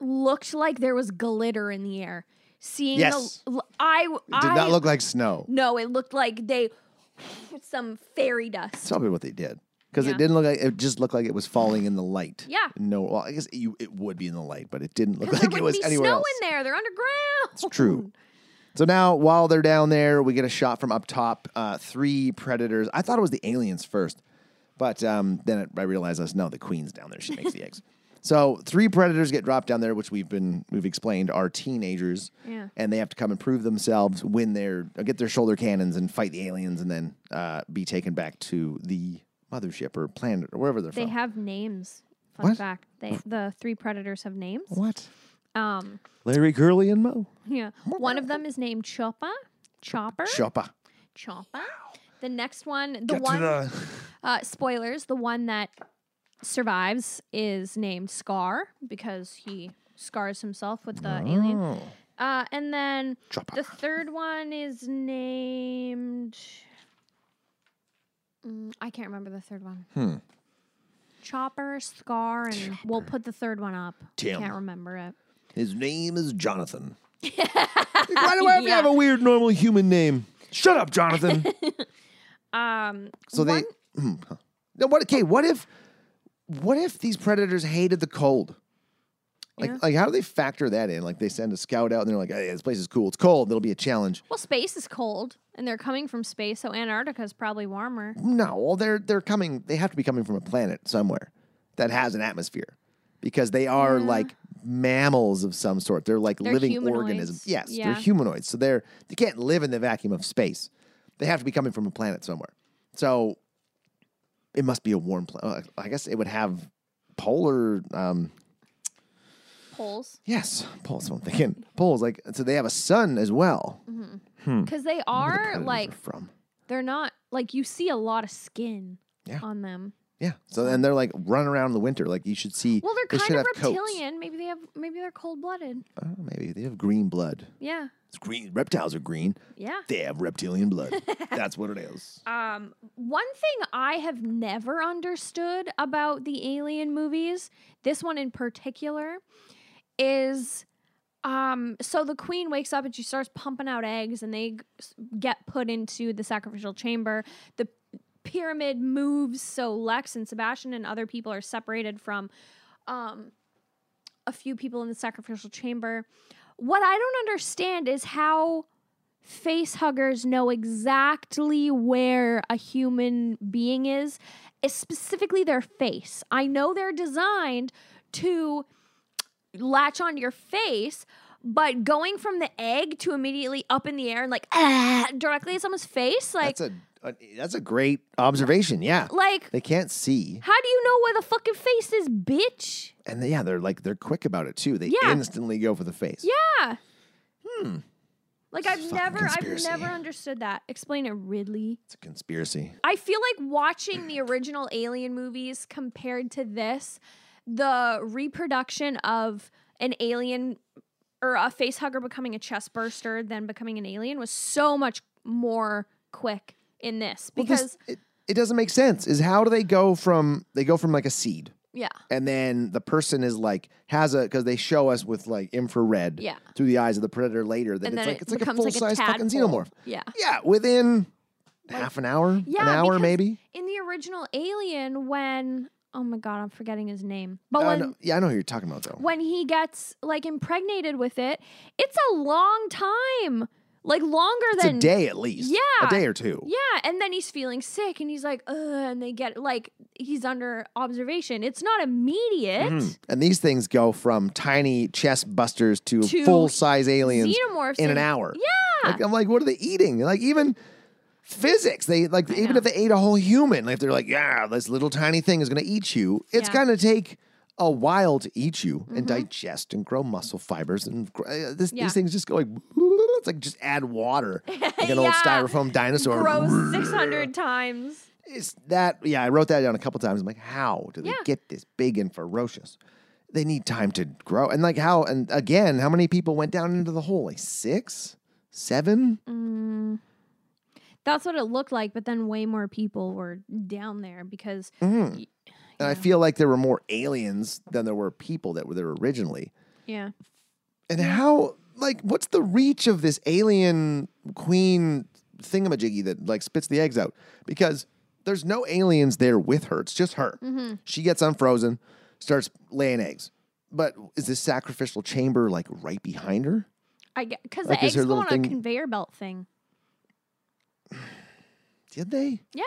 looked like there was glitter in the air. Seeing
Yes.
the l- I w-
It did
I-
not look like snow.
no, it looked like they put some fairy
That's
dust.
probably what they did. Because
Yeah.
it didn't look like it just looked like it was falling in the light.
Yeah.
No, well, I guess you, it would be in the light, but it didn't look
'Cause
like
*laughs* there
it
wouldn't
was
be
anywhere
snow
else.
in there. They're underground. It's
true. So now, while they're down there, we get a shot from up top. Uh, three predators. I thought it was the aliens first, but um, then it, I realized us no, the queen's down there. She makes the
*laughs*
eggs. So three predators get dropped down there, which we've been we've explained are teenagers,
Yeah.
and they have to come and prove themselves, win their get their shoulder cannons, and fight the aliens, and then uh, be taken back to the mothership or planet or wherever they're
They
from.
have names. Fun
What?
fact: they the three predators have names.
what?
Um,
Larry, Curly, and Mo.
Yeah. One of them is named Choppa. Chopper.
Chopper.
Choppa. The next one, the one, *laughs* uh, spoilers, the one that survives is named Scar because he scars himself with the alien.
Oh,
Uh, and then
Chopper.
the third one is named. Mm, I can't remember the third one.
Hmm.
Chopper, Scar, and we'll put the third one up.
Tim.
Can't remember it.
His name is Jonathan. Why do I have to
Yeah.
have a weird normal human name? Shut up, Jonathan.
Um,
so they
one-
*clears throat* Hmm, huh. Now what okay, what if what if these predators hated the cold? Like
Yeah.
like how do they factor that in? Like they send a scout out and they're like, "Hey, this place is cool. It's cold. There'll be a challenge."
Well, space is cold, and they're coming from space, so Antarctica is probably warmer.
No, well they're they're coming they have to be coming from a planet somewhere that has an atmosphere because they are like mammals of some sort. They're like
They're
living
humanoids.
organisms. Yes,
Yeah.
they're humanoids. So they're they can't live in the vacuum of space. They have to be coming from a planet somewhere. So it must be a warm planet. I guess it would have polar um
Poles,
yes, poles I'm thinking. Poles like so they have a sun as well.
because
Where
they
Hmm. the
are
predators
like
from.
they're not like you see a lot of skin
Yeah.
on them.
Yeah. So then they're like running around in the winter. Like you should see.
Well,
they
they're
should
kind of
have coats.
reptilian. Maybe they have. Maybe they're cold blooded.
Oh, maybe they have green blood.
Yeah.
It's green. Reptiles are green.
Yeah.
They have reptilian
*laughs*
blood. That's what it is.
Um, one thing I have never understood about the alien movies, this one in particular, is um, so the queen wakes up and she starts pumping out eggs, and they g- s- get put into the sacrificial chamber. The pyramid moves, so Lex and Sebastian and other people are separated from um, a few people in the sacrificial chamber. What I don't understand is how face huggers know exactly where a human being is, is specifically their face. I know they're designed to latch on your face, but going from the egg to immediately up in the air and like *laughs* ah, directly at someone's face, like
That's a, a that's a great observation. Yeah.
like
They can't see.
how do you know where the fucking face is, bitch?
And they, yeah, they're like they're quick about it too. They
Yeah.
instantly go for the face.
Yeah. Hmm. Like
This
I've
is fucking
never
conspiracy.
I've never understood that. Explain it, Ridley.
It's a conspiracy.
I feel like watching the original Alien movies compared to this, the reproduction of an alien or a face hugger becoming a chest burster then becoming an alien was so much more quick in this
Well, this-
because
it, it doesn't make sense. Is how do they go from they go from like a seed
yeah
and then the person is like has a because they show us with like infrared
Yeah.
through the eyes of the predator later that
and
it's
then
like
it
it's like a
becomes
full size fucking
tadpole.
xenomorph.
yeah
Yeah, within half an hour,
Yeah,
an hour
because
maybe.
in the original Alien when oh my god I'm forgetting his name but
Uh,
when
no- yeah, I know who you're talking about though.
when he gets like impregnated with it it's a long time like longer
it's
than
a day at least.
Yeah.
a day or two.
Yeah, and then he's feeling sick and he's like, ugh, and they get like he's under observation. It's not immediate.
Hmm. And these things go from tiny chest busters to,
To
full size aliens
Xenomorphs
in an
and-
hour.
Yeah.
Like, I'm like, what are they eating? Like even physics, they like even if they ate a whole human, like they're like, yeah, this little tiny thing is gonna eat you. It's
Yeah. Mm-hmm.
gonna take a while to eat you and digest and grow muscle fibers and gr- uh, this,
Yeah.
these things just go like *laughs* it's like just add
*laughs*
water like an old
Yeah.
styrofoam dinosaur.
Grows
*laughs*
six hundred times.
It's that yeah, I wrote that down a couple times. I'm like, how do they
Yeah.
get this big and ferocious? They need time to grow. And like how and again, how many people went down into the hole? Like six? Seven?
Mm. That's what it looked like, but then way more people were down there because
Mm-hmm. And I feel like there were more aliens than there were people that were there originally.
yeah.
And how like what's the reach of this alien queen thingamajiggy that like spits the eggs out? Because there's no aliens there with her. It's just her.
Mm-hmm.
She gets unfrozen, starts laying eggs. But is this sacrificial chamber like right behind her?
I because
Like,
the
is
eggs
her
go
little
on
thing-
a conveyor belt thing.
Did they?
Yeah.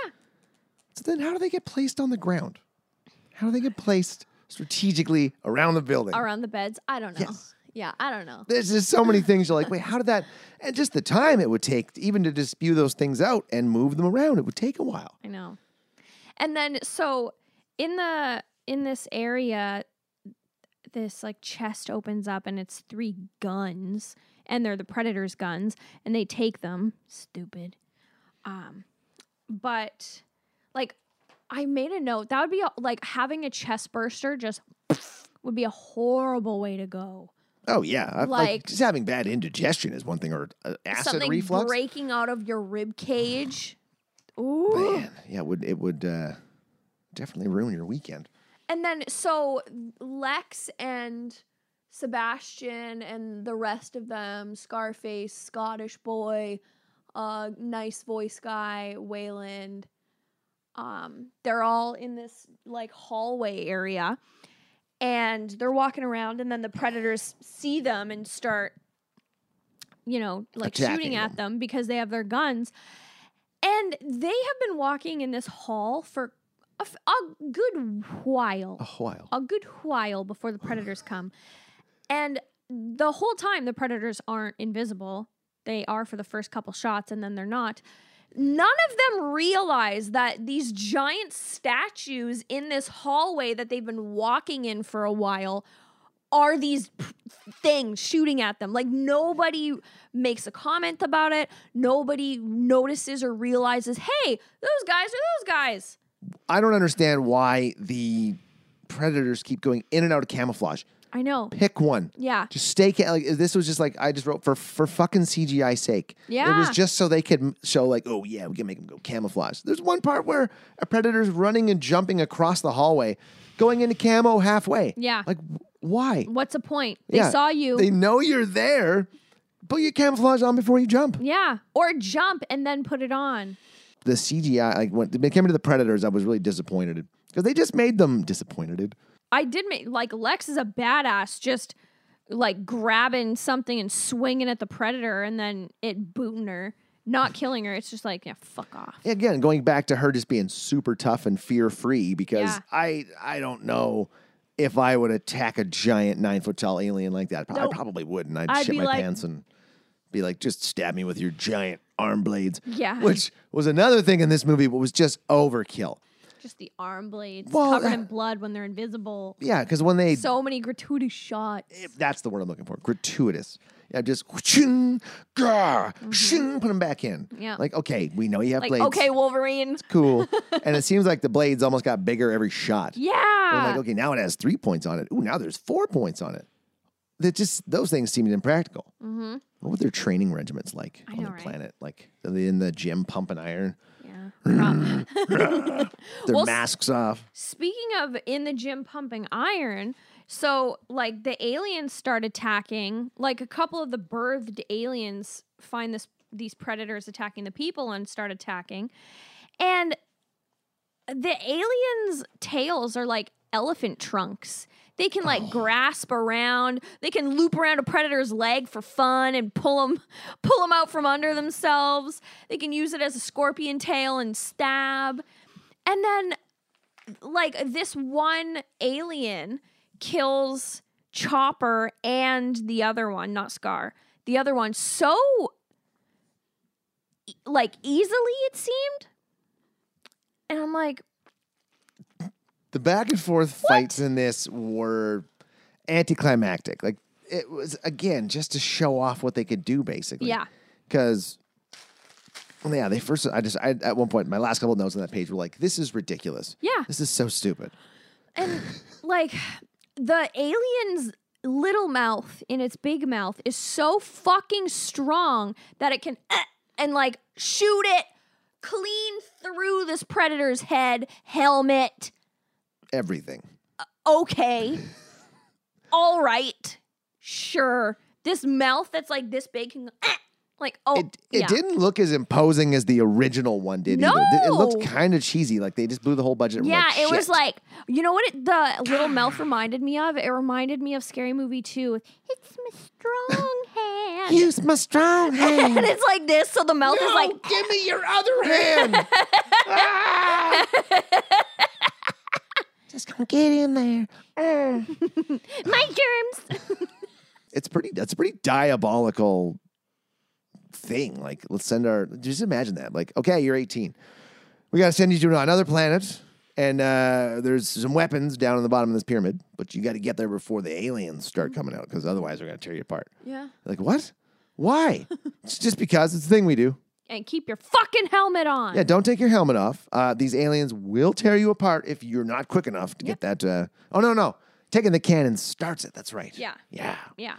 So then how do they get placed on the ground? How do they get placed strategically around the building?
Around the beds. I don't know.
Yes.
Yeah, I don't know.
There's just so many things you're like, wait, how did that? And just the time it would take to- even to just spew those things out and move them around, it would take a while.
I know. And then so in the in this area this like chest opens up and it's three guns and they're the predator's guns and they take them stupid um but like i made a note that would be a- like having a chest burster just would be a horrible way to go
Oh yeah, I- like,
Like-
just having bad indigestion is one thing, or uh, acid
something
reflux.
breaking out of your rib cage ooh
Man, yeah, it would it would uh, definitely ruin your weekend.
And then so Lex and Sebastian and the rest of them, Scarface, Scottish boy, uh, nice voice guy, Wayland, um, they're all in this like hallway area and they're walking around and then the predators see them and start you know like
Attacking
shooting at them because they have their guns and they have been walking in this hall for a, f- a good while
A while.
a good while before the predators come. And the whole time, the predators aren't invisible. They are for the first couple shots, and then they're not. None of them realize that these giant statues in this hallway that they've been walking in for a while are these p- things shooting at them. Like nobody makes a comment about it. Nobody notices or realizes, hey, those guys are those guys.
I don't understand why the predators keep going in and out of camouflage.
I know.
Pick one.
Yeah.
Just stay ca- like this was just like I just wrote for for fucking CGI sake. It
Yeah.
was just so they could m- show like oh yeah we can make them go camouflage. There's one part where a predator's running and jumping across the hallway, going into camo halfway.
Yeah.
Like w- why?
What's the point? They
Yeah,
saw you.
They know you're there. Put your camouflage on before you jump.
yeah. Or jump and then put it on.
The CGI like when it came to the predators, I was really disappointed because they just made them disappointed.
I did make like Lex is a badass, just like grabbing something and swinging at the predator and then it booting her, not killing her. It's just like yeah, fuck off.
again going back to her just being super tough and fear free because
Yeah.
I I don't know if I would attack a giant nine foot tall alien like that. I prob- I
Nope.
probably wouldn't. I'd,
I'd
shit
be
my
like-
pants and be like, just stab me with your giant arm blades.
Yeah.
which was another thing in this movie, but was just overkill.
Just the arm blades
Well,
covered
that-
in blood when they're invisible.
Yeah, because when they
So many gratuitous shots.
that's the word I'm looking for. Gratuitous. Yeah, just whooshing, grah, shing, put them back in.
Mm-hmm. Yeah.
Like, okay, we know you have
Like,
blades.
okay, Wolverine. *laughs*
Cool. and it seems like the blades almost got bigger every shot. They're
Yeah.
like, okay, now it has three points on it. Ooh, now there's four points on it. That just those things seemed impractical.
mm-hmm.
What were their training regiments like
I
on
know,
the
right?
planet? Like are they in the gym pumping iron,
Yeah. Rough.
their
Well, s-
masks off.
Speaking of in the gym pumping iron, so like the aliens start attacking, like a couple of the birthed aliens find this these predators attacking the people and start attacking. And the aliens' tails are like elephant trunks. They can like grasp around. They can loop around a predator's leg for fun and pull them *laughs* pull them out from under themselves. They can use it as a scorpion tail and stab. And then like this one alien kills Chopper and the other one, not Scar. The other one so e- like easily it seemed. And I'm like,
The back and forth fights in this were anticlimactic. Like it was again just to show off what they could do, basically.
yeah.
because yeah, they first. I just I, at one point my last couple notes on that page were like, "This is ridiculous.
Yeah.
this is so stupid."
And like the alien's little mouth in its big mouth is so fucking strong that it can eh, and like shoot it clean through this predator's head, helmet,
Everything.
okay. All right. Sure. This mouth that's like this big can go, "Ah." like oh
It, it
yeah.
didn't look as imposing as the original one did either. Th- It looked
No.
kind of cheesy. Like they just blew the whole budget. and were
Yeah, it was
"Shit."
like you know what it, the little
*sighs*
mouth reminded me of? It reminded me of Scary Movie 2. It's my strong
*laughs* *laughs*
hand.
use my
*laughs*
strong hand.
and it's like this, so the mouth is like
give me your other
*laughs*
hand. Ah! *laughs* Just gonna get in there.
Mm. my germs.
It's pretty. That's a pretty diabolical thing. Like let's send our. Just imagine that. Like okay, you're 18. We gotta send you to another planet. And uh, there's some weapons down in the bottom of this pyramid, but you got to get there before the aliens start coming out, because otherwise they're gonna tear you apart.
Mm-hmm. Yeah.
Like, what?
*laughs*
Why? it's just because it's the thing we do.
And keep your fucking helmet on.
Yeah, don't take your helmet off. Uh, these aliens will tear you apart if you're not quick enough to get that. Uh, oh, no, no. Taking the cannon starts it. That's right.
Yeah.
Yeah.
Yeah.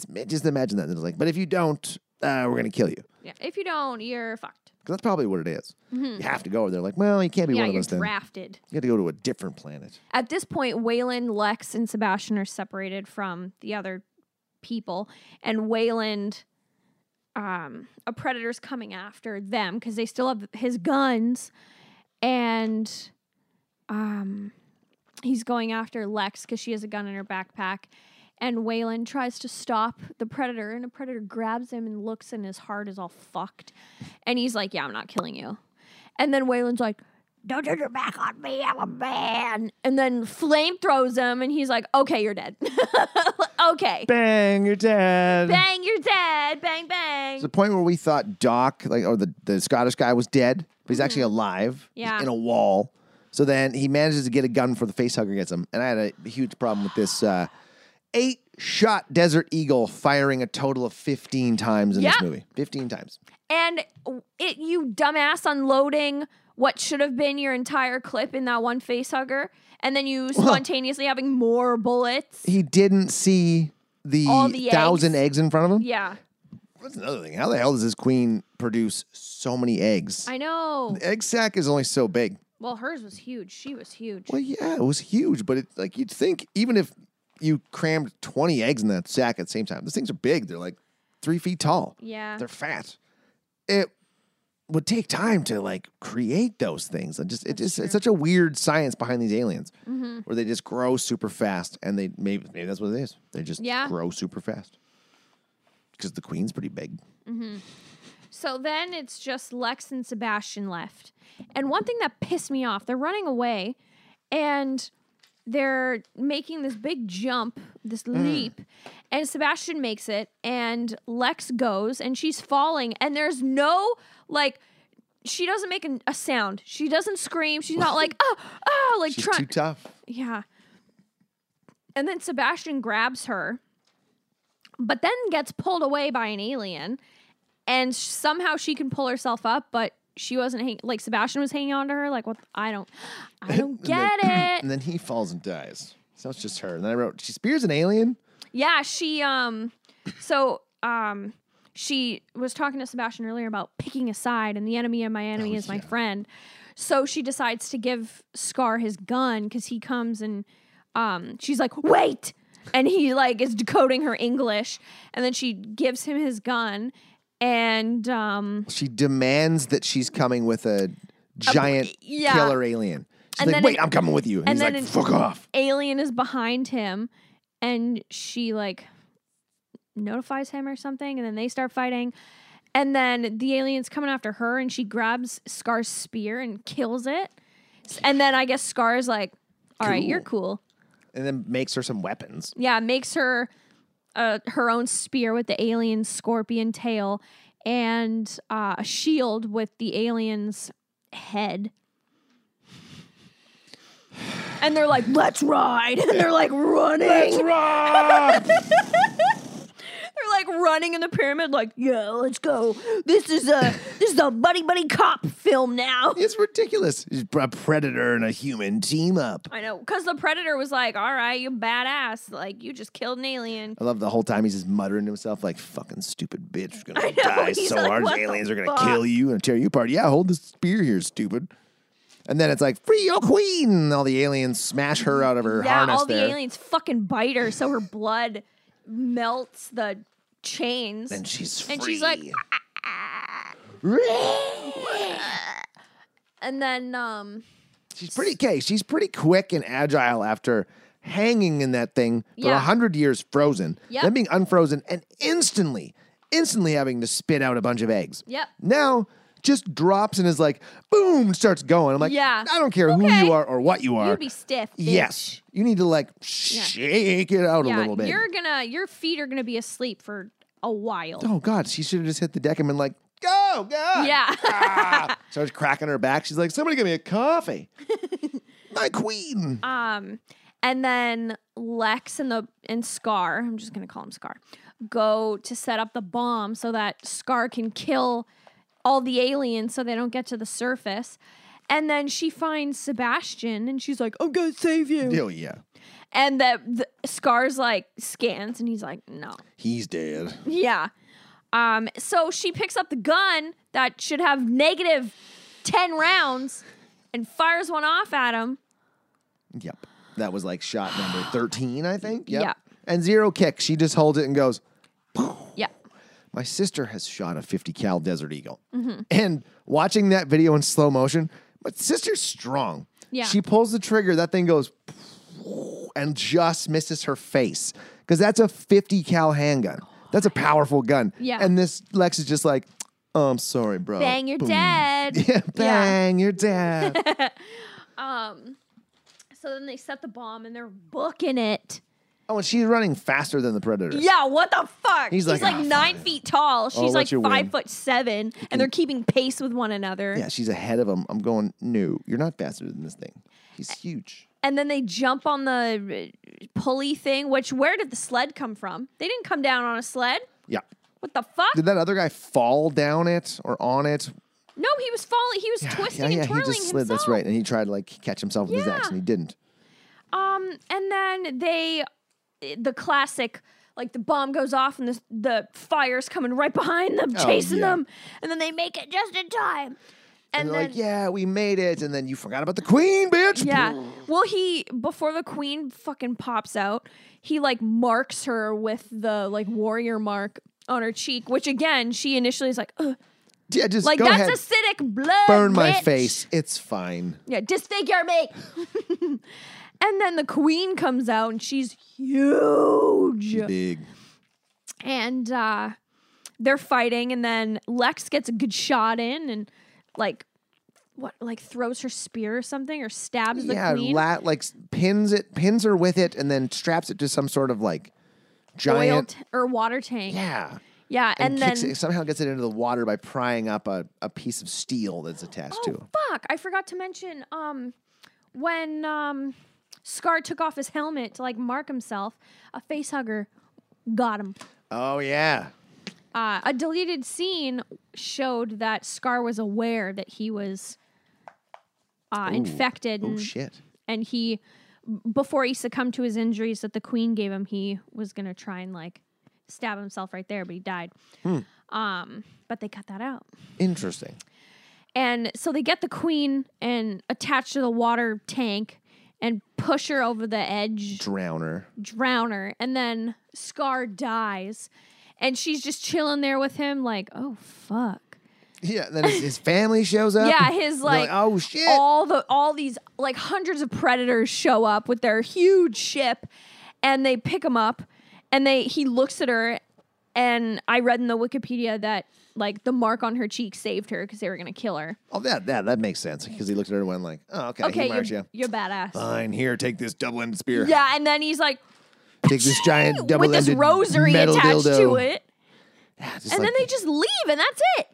It's- Just imagine that. It's like, but if you don't, uh, we're going to kill you.
Yeah. If you don't, you're fucked.
Because that's probably what it is. You have to go. They're like, well, you can't be
Mm-hmm. Yeah,
one of
you're
us then.
drafted.
You got to go to a different planet.
At this point, Wayland, Lex, and Sebastian are separated from the other people, and Wayland, um, a predator's coming after them because they still have his guns, and um, he's going after Lex because she has a gun in her backpack. And Wayland tries to stop the predator, and the predator grabs him and looks, and his heart is all fucked. And he's like, "Yeah, I'm not killing you." And then Wayland's like, Don't turn your back on me, I'm a man. And then Flame throws him and he's like, Okay, you're dead. *laughs* okay.
Bang, you're dead.
Bang, you're dead. Bang, bang.
It's the point where we thought Doc, like, or the, the Scottish guy was dead, but he's actually alive. He's
Mm-hmm. Yeah.
in a wall. So then he manages to get a gun for the face hugger gets him. And I had a huge problem with this uh, eight shot Desert Eagle firing a total of 15 times in
Yeah.
this movie. 15 times.
and it you dumbass unloading what should have been your entire clip in that one face hugger, and then you spontaneously having more bullets.
He didn't see the,
All the
thousand eggs. in front of him.
Yeah,
That's another thing. How the hell does this queen produce so many eggs?
I know.
Egg sack is only so big.
Well, hers was huge. She was huge.
Well, yeah, it was huge, but it like you'd think even if you crammed twenty eggs in that sack at the same time, those things are big. They're like three feet tall.
Yeah.
They're fat. It would take time to like create those things. And just it just it's such a weird science behind these aliens
Mm-hmm.
where they just grow super fast and they maybe maybe that's what it is. They just
Yeah.
grow super fast. Because the queen's pretty big.
So then it's just Lex and Sebastian left. And one thing that pissed me off, they're running away and they're making this big jump, this
Mm.
leap, and Sebastian makes it and Lex goes and she's falling and there's no like she doesn't make an, a sound. She doesn't scream. She's
*laughs*
not like oh oh like
She's
trying
too tough.
yeah. And then Sebastian grabs her, but then gets pulled away by an alien. And sh- somehow she can pull herself up, but she wasn't hang- like Sebastian was hanging on to her. Like, what? I don't, I
*laughs*
don't
*clears throat*
get
and then,
it.
And then he falls and dies. So it's just her. And then I wrote, she spears an alien.
Yeah, she um, so um, she was talking to Sebastian earlier about picking a side, and the enemy of my enemy is my friend. So she decides to give Scar his gun because he comes and um, she's like, wait. And he like is decoding her English, and then she gives him his gun, and um,
She demands that she's coming with a giant
yeah.
killer alien. She's
And
like,
then
wait,
an-
I'm coming with you. And,
and
he's
then
like, fuck
an-
off.
alien is behind him, and she like notifies him or something, and then they start fighting, and then the alien's coming after her, and she grabs Scar's spear and kills it, S- and then I guess Scar is like, all right, you're cool,
And then makes her some weapons.
yeah, makes her uh, her own spear with the alien scorpion tail and uh, a shield with the alien's head. And they're like, let's ride. *laughs* And they're like running. *laughs* They're like running in the pyramid, like, yeah, let's go. This is a this is a buddy buddy cop film now. *laughs*
It's ridiculous. A predator and a human team up.
I know. Cause the predator was like, all right, you badass. Like you just killed an alien.
I love the whole time he's just muttering to himself, like, fucking stupid bitch. is
*laughs* I
gonna
know,
die
he's
so
like,
hard.
"What
The
the
aliens are gonna
fuck?"
kill you and tear you apart. Yeah, hold this spear here, stupid. And then it's like, free your queen. And all the aliens smash her out of her
Yeah,
harness
all the
there.
aliens fucking bite her, so her blood melts the chains.
and she's free.
And she's like, and then um,
She's pretty okay. She's pretty quick and agile after hanging in that thing for a
Yeah.
hundred years frozen,
Yep.
then being unfrozen, and instantly, instantly having to spit out a bunch of eggs.
Yep.
Now just drops and is like, boom, starts going. I'm like,
Yeah.
I don't care who
Okay.
you are or what you are.
you'd be stiff. Bitch.
yes, you need to like shake it out a
Yeah,
little bit.
you're gonna, your feet are gonna be asleep for a while.
Oh God, she should have just hit the deck and been like, go, go.
Yeah. *laughs*
Ah. *laughs* Starts cracking her back. She's like, somebody give me a coffee. My queen.
Um, and then Lex and the and Scar, I'm just gonna call him Scar, go to set up the bomb so that Scar can kill all the aliens so they don't get to the surface. And then she finds Sebastian and she's like, "I'm gonna save you."
Oh yeah.
And the, the Scar's like scans and he's like, "No."
He's dead.
Yeah. Um, so she picks up the gun that should have negative 10 rounds and fires one off at him.
Yep. That was like shot number 13, I think. Yep.
Yeah.
And zero kick. She just holds it and goes,
Yeah.
My sister has shot a 50 cal Desert Eagle.
Mm-hmm.
And watching that video in slow motion, my sister's strong.
Yeah.
She pulls the trigger, that thing goes and just misses her face. Because that's a 50 cal handgun. That's a powerful gun.
Oh Yeah.
And this Lex is just like, oh, I'm sorry, bro.
Bang, you're
Boom.
dead.
*laughs* Yeah, bang, you're
*laughs*
dead.
So then they set the bomb and they're booking it.
oh, and she's running faster than the Predator.
Yeah, what the fuck?
He's like, "Ah,
nine feet tall. She's
let
like
you
five
win."
foot seven, and they're keeping pace with one another.
Yeah, she's ahead of him. I'm going, no, you're not faster than this thing. He's
Uh,
huge.
And then they jump on the uh, pulley thing, which where did the sled come from? They didn't come down on a sled.
Yeah.
What the fuck?
Did that other guy fall down it or on it?
No, he was falling. He was twisting
yeah, yeah,
and
he
twirling
just slid.
himself.
That's right. And he tried to like catch himself with his axe,
Yeah.
and he didn't.
Um, and then they, the classic, like the bomb goes off and the the fire's coming right behind them,
Oh,
chasing
yeah.
them, and then they make it just in time.
And,
And, then
they're like, yeah, we made it. And then you forgot about the queen, bitch.
Yeah. Well, he before the queen fucking pops out, he like marks her with the like warrior mark on her cheek, which again she initially is like, Ugh.
Yeah, just
like
go
that's
ahead.
acidic blood.
burn my
bitch."
face. It's fine.
Yeah, disfigure me. *laughs* and then the queen comes out and she's huge.
Big.
and uh, they're fighting, and then Lex gets a good shot in, and like what, like throws her spear or something, or stabs the
yeah,
queen.
la- like s- pins it, pins her with it, and then straps it to some sort of like giant.
Oil t- or water tank. Yeah,
yeah.
and, then
kicks it, somehow gets it into the water by prying up a, a piece of steel that's attached
Oh.
to him.
fuck, I forgot to mention um when um Scar took off his helmet to like mark himself, a face hugger got him.
Oh yeah.
Uh, a deleted scene showed that Scar was aware that he was uh, infected,
Oh
and,
shit.
and he, before he succumbed to his injuries that the Queen gave him, he was gonna try and like stab himself right there, but he died.
Hmm.
Um, but they cut that out,
Interesting.
and so they get the Queen and attach to the water tank and push her over the edge
Drowner.
drown her and then scar dies and she's just chilling there with him like oh fuck
Yeah. Then his, his family shows up.
yeah his
They're
like,
oh shit.
all the all these like hundreds of predators show up with their huge ship and they pick him up and they he looks at her and i read in the wikipedia that like the mark on her cheek saved her because they were gonna kill her
oh that that that makes sense because he looked at her and went like, oh okay,
okay
he marks
you're,
you.
you're badass
Fine, here, take this double-ended spear.
yeah and then he's like
Take this giant
*laughs* with
double-ended
this rosary
metal
attached to
dildo.
it
Yeah, just
and
like-
then they just leave and that's it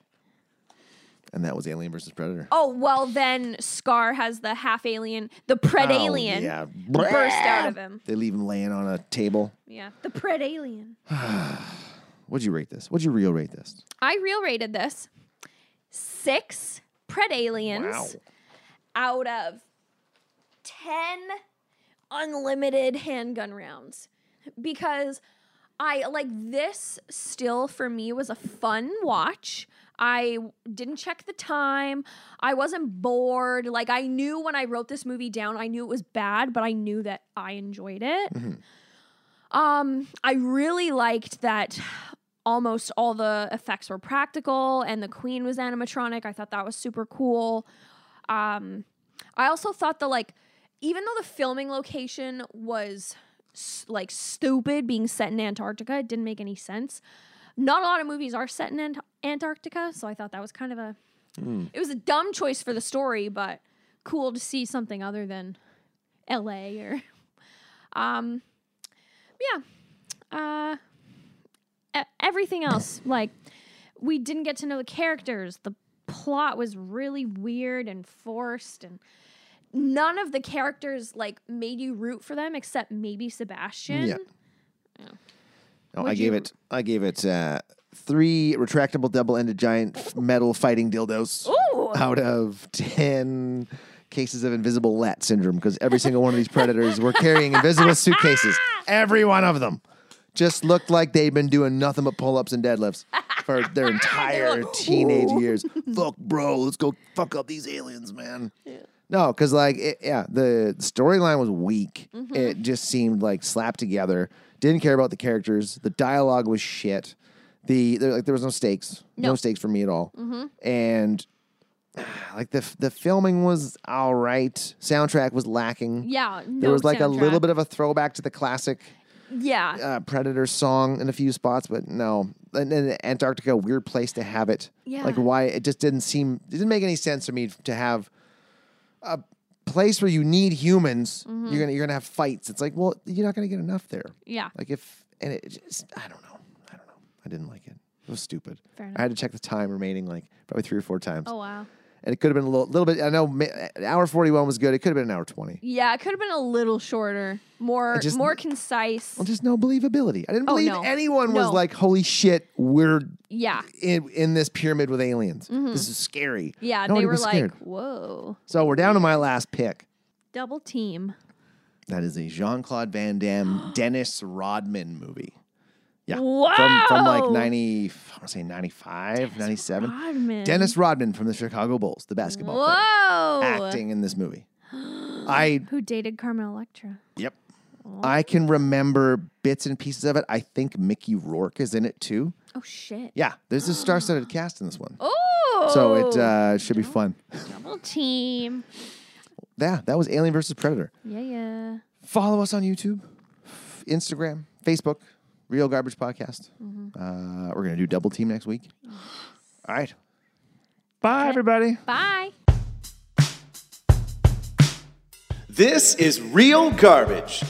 and that was Alien versus Predator.
Oh well, then Scar has the half alien, the pred
Oh,
alien
yeah.
burst out of him.
They leave him laying on a table.
Yeah, the pred alien.
What'd you rate this? What'd you real rate this?
I real rated this six pred aliens out of ten unlimited handgun rounds because I like this still for me was a fun watch. I didn't check the time. I wasn't bored. Like I knew when I wrote this movie down, I knew it was bad, but I knew that I enjoyed it. Um, I really liked that almost all the effects were practical and the queen was animatronic. I thought that was super cool. Um, I also thought the like, even though the filming location was s- like stupid, being set in Antarctica, it didn't make any sense. Not a lot of movies are set in Ant- Antarctica, so I thought that was kind of a,
Hmm.
it was a dumb choice for the story, but cool to see something other than L.A. or, um, yeah, uh, e-
*laughs*
everything else like we didn't get to know the characters. The plot was really weird and forced and none of the characters like made you root for them except maybe Sebastian.
Yeah. No, I
Would
gave
you-
it. I gave it uh, three retractable double-ended giant f- metal fighting dildos
Ooh.
out of ten cases of invisible lat syndrome because every single one of these predators were carrying invisible suitcases. Every one of them just looked like they'd been doing nothing but pull-ups and deadlifts for
*laughs*
their entire teenage years. Fuck, bro, let's go fuck up these aliens, man. No, because like it, yeah, the storyline was weak. It just seemed like slapped together. Didn't care about the characters. The dialogue was shit. The there, like there was no stakes. No,
No.
stakes for me at all. And *sighs* like the f- the filming was all right. Soundtrack was lacking.
Yeah.
There
no
was like a little
soundtrack.
bit of a throwback to the classic
Yeah.
uh, Predator song in a few spots, but no. And then Antarctica, a weird place to have it.
Yeah.
Like why it just didn't seem it didn't make any sense to me to have a place where you need humans. You're gonna you're gonna have fights. It's like well you're not gonna get enough there.
Mm-hmm. yeah.
Like if and it just I don't know I don't know I didn't like it. It was stupid.
Fair
I had to check the time remaining like probably three or four times.
Oh wow.
and it could have been a little, little bit. I know ma- hour forty one was good. It could have been an hour twenty.
Yeah, it could have been a little shorter, more
just-
more concise.
Well, just no believability. I didn't
Oh,
believe
no.
anyone was
No.
like, "Holy shit, we're
yeah,
in, in this pyramid with aliens. This is scary."
Mm-hmm. yeah.
Nobody
they were
was
like,
scared.
"Whoa,
So we're down to my last pick.
double team."
That is a Jean Claude Van Damme, *gasps* Dennis Rodman movie. Yeah.
Wow.
From, from like 90, I want to say 95, 97.
Oh! Rodman.
Dennis Rodman from the Chicago Bulls, the basketball
Whoa.
player, acting in this
*gasps*
movie. I,
Who dated Carmen Electra?
yep. I can remember bits and pieces of it. I think Mickey Rourke is in it too.
Oh shit.
Yeah, there's a
*gasps*
star-studded cast in this one.
Oh.
So it uh, should be fun.
double team.
Yeah, that was Alien versus Predator.
Yeah, yeah.
Follow us on YouTube, f- Instagram, Facebook, Real Garbage Podcast. Uh, we're going to do double team next week. All right. Bye, everybody.
Bye.
This is real garbage.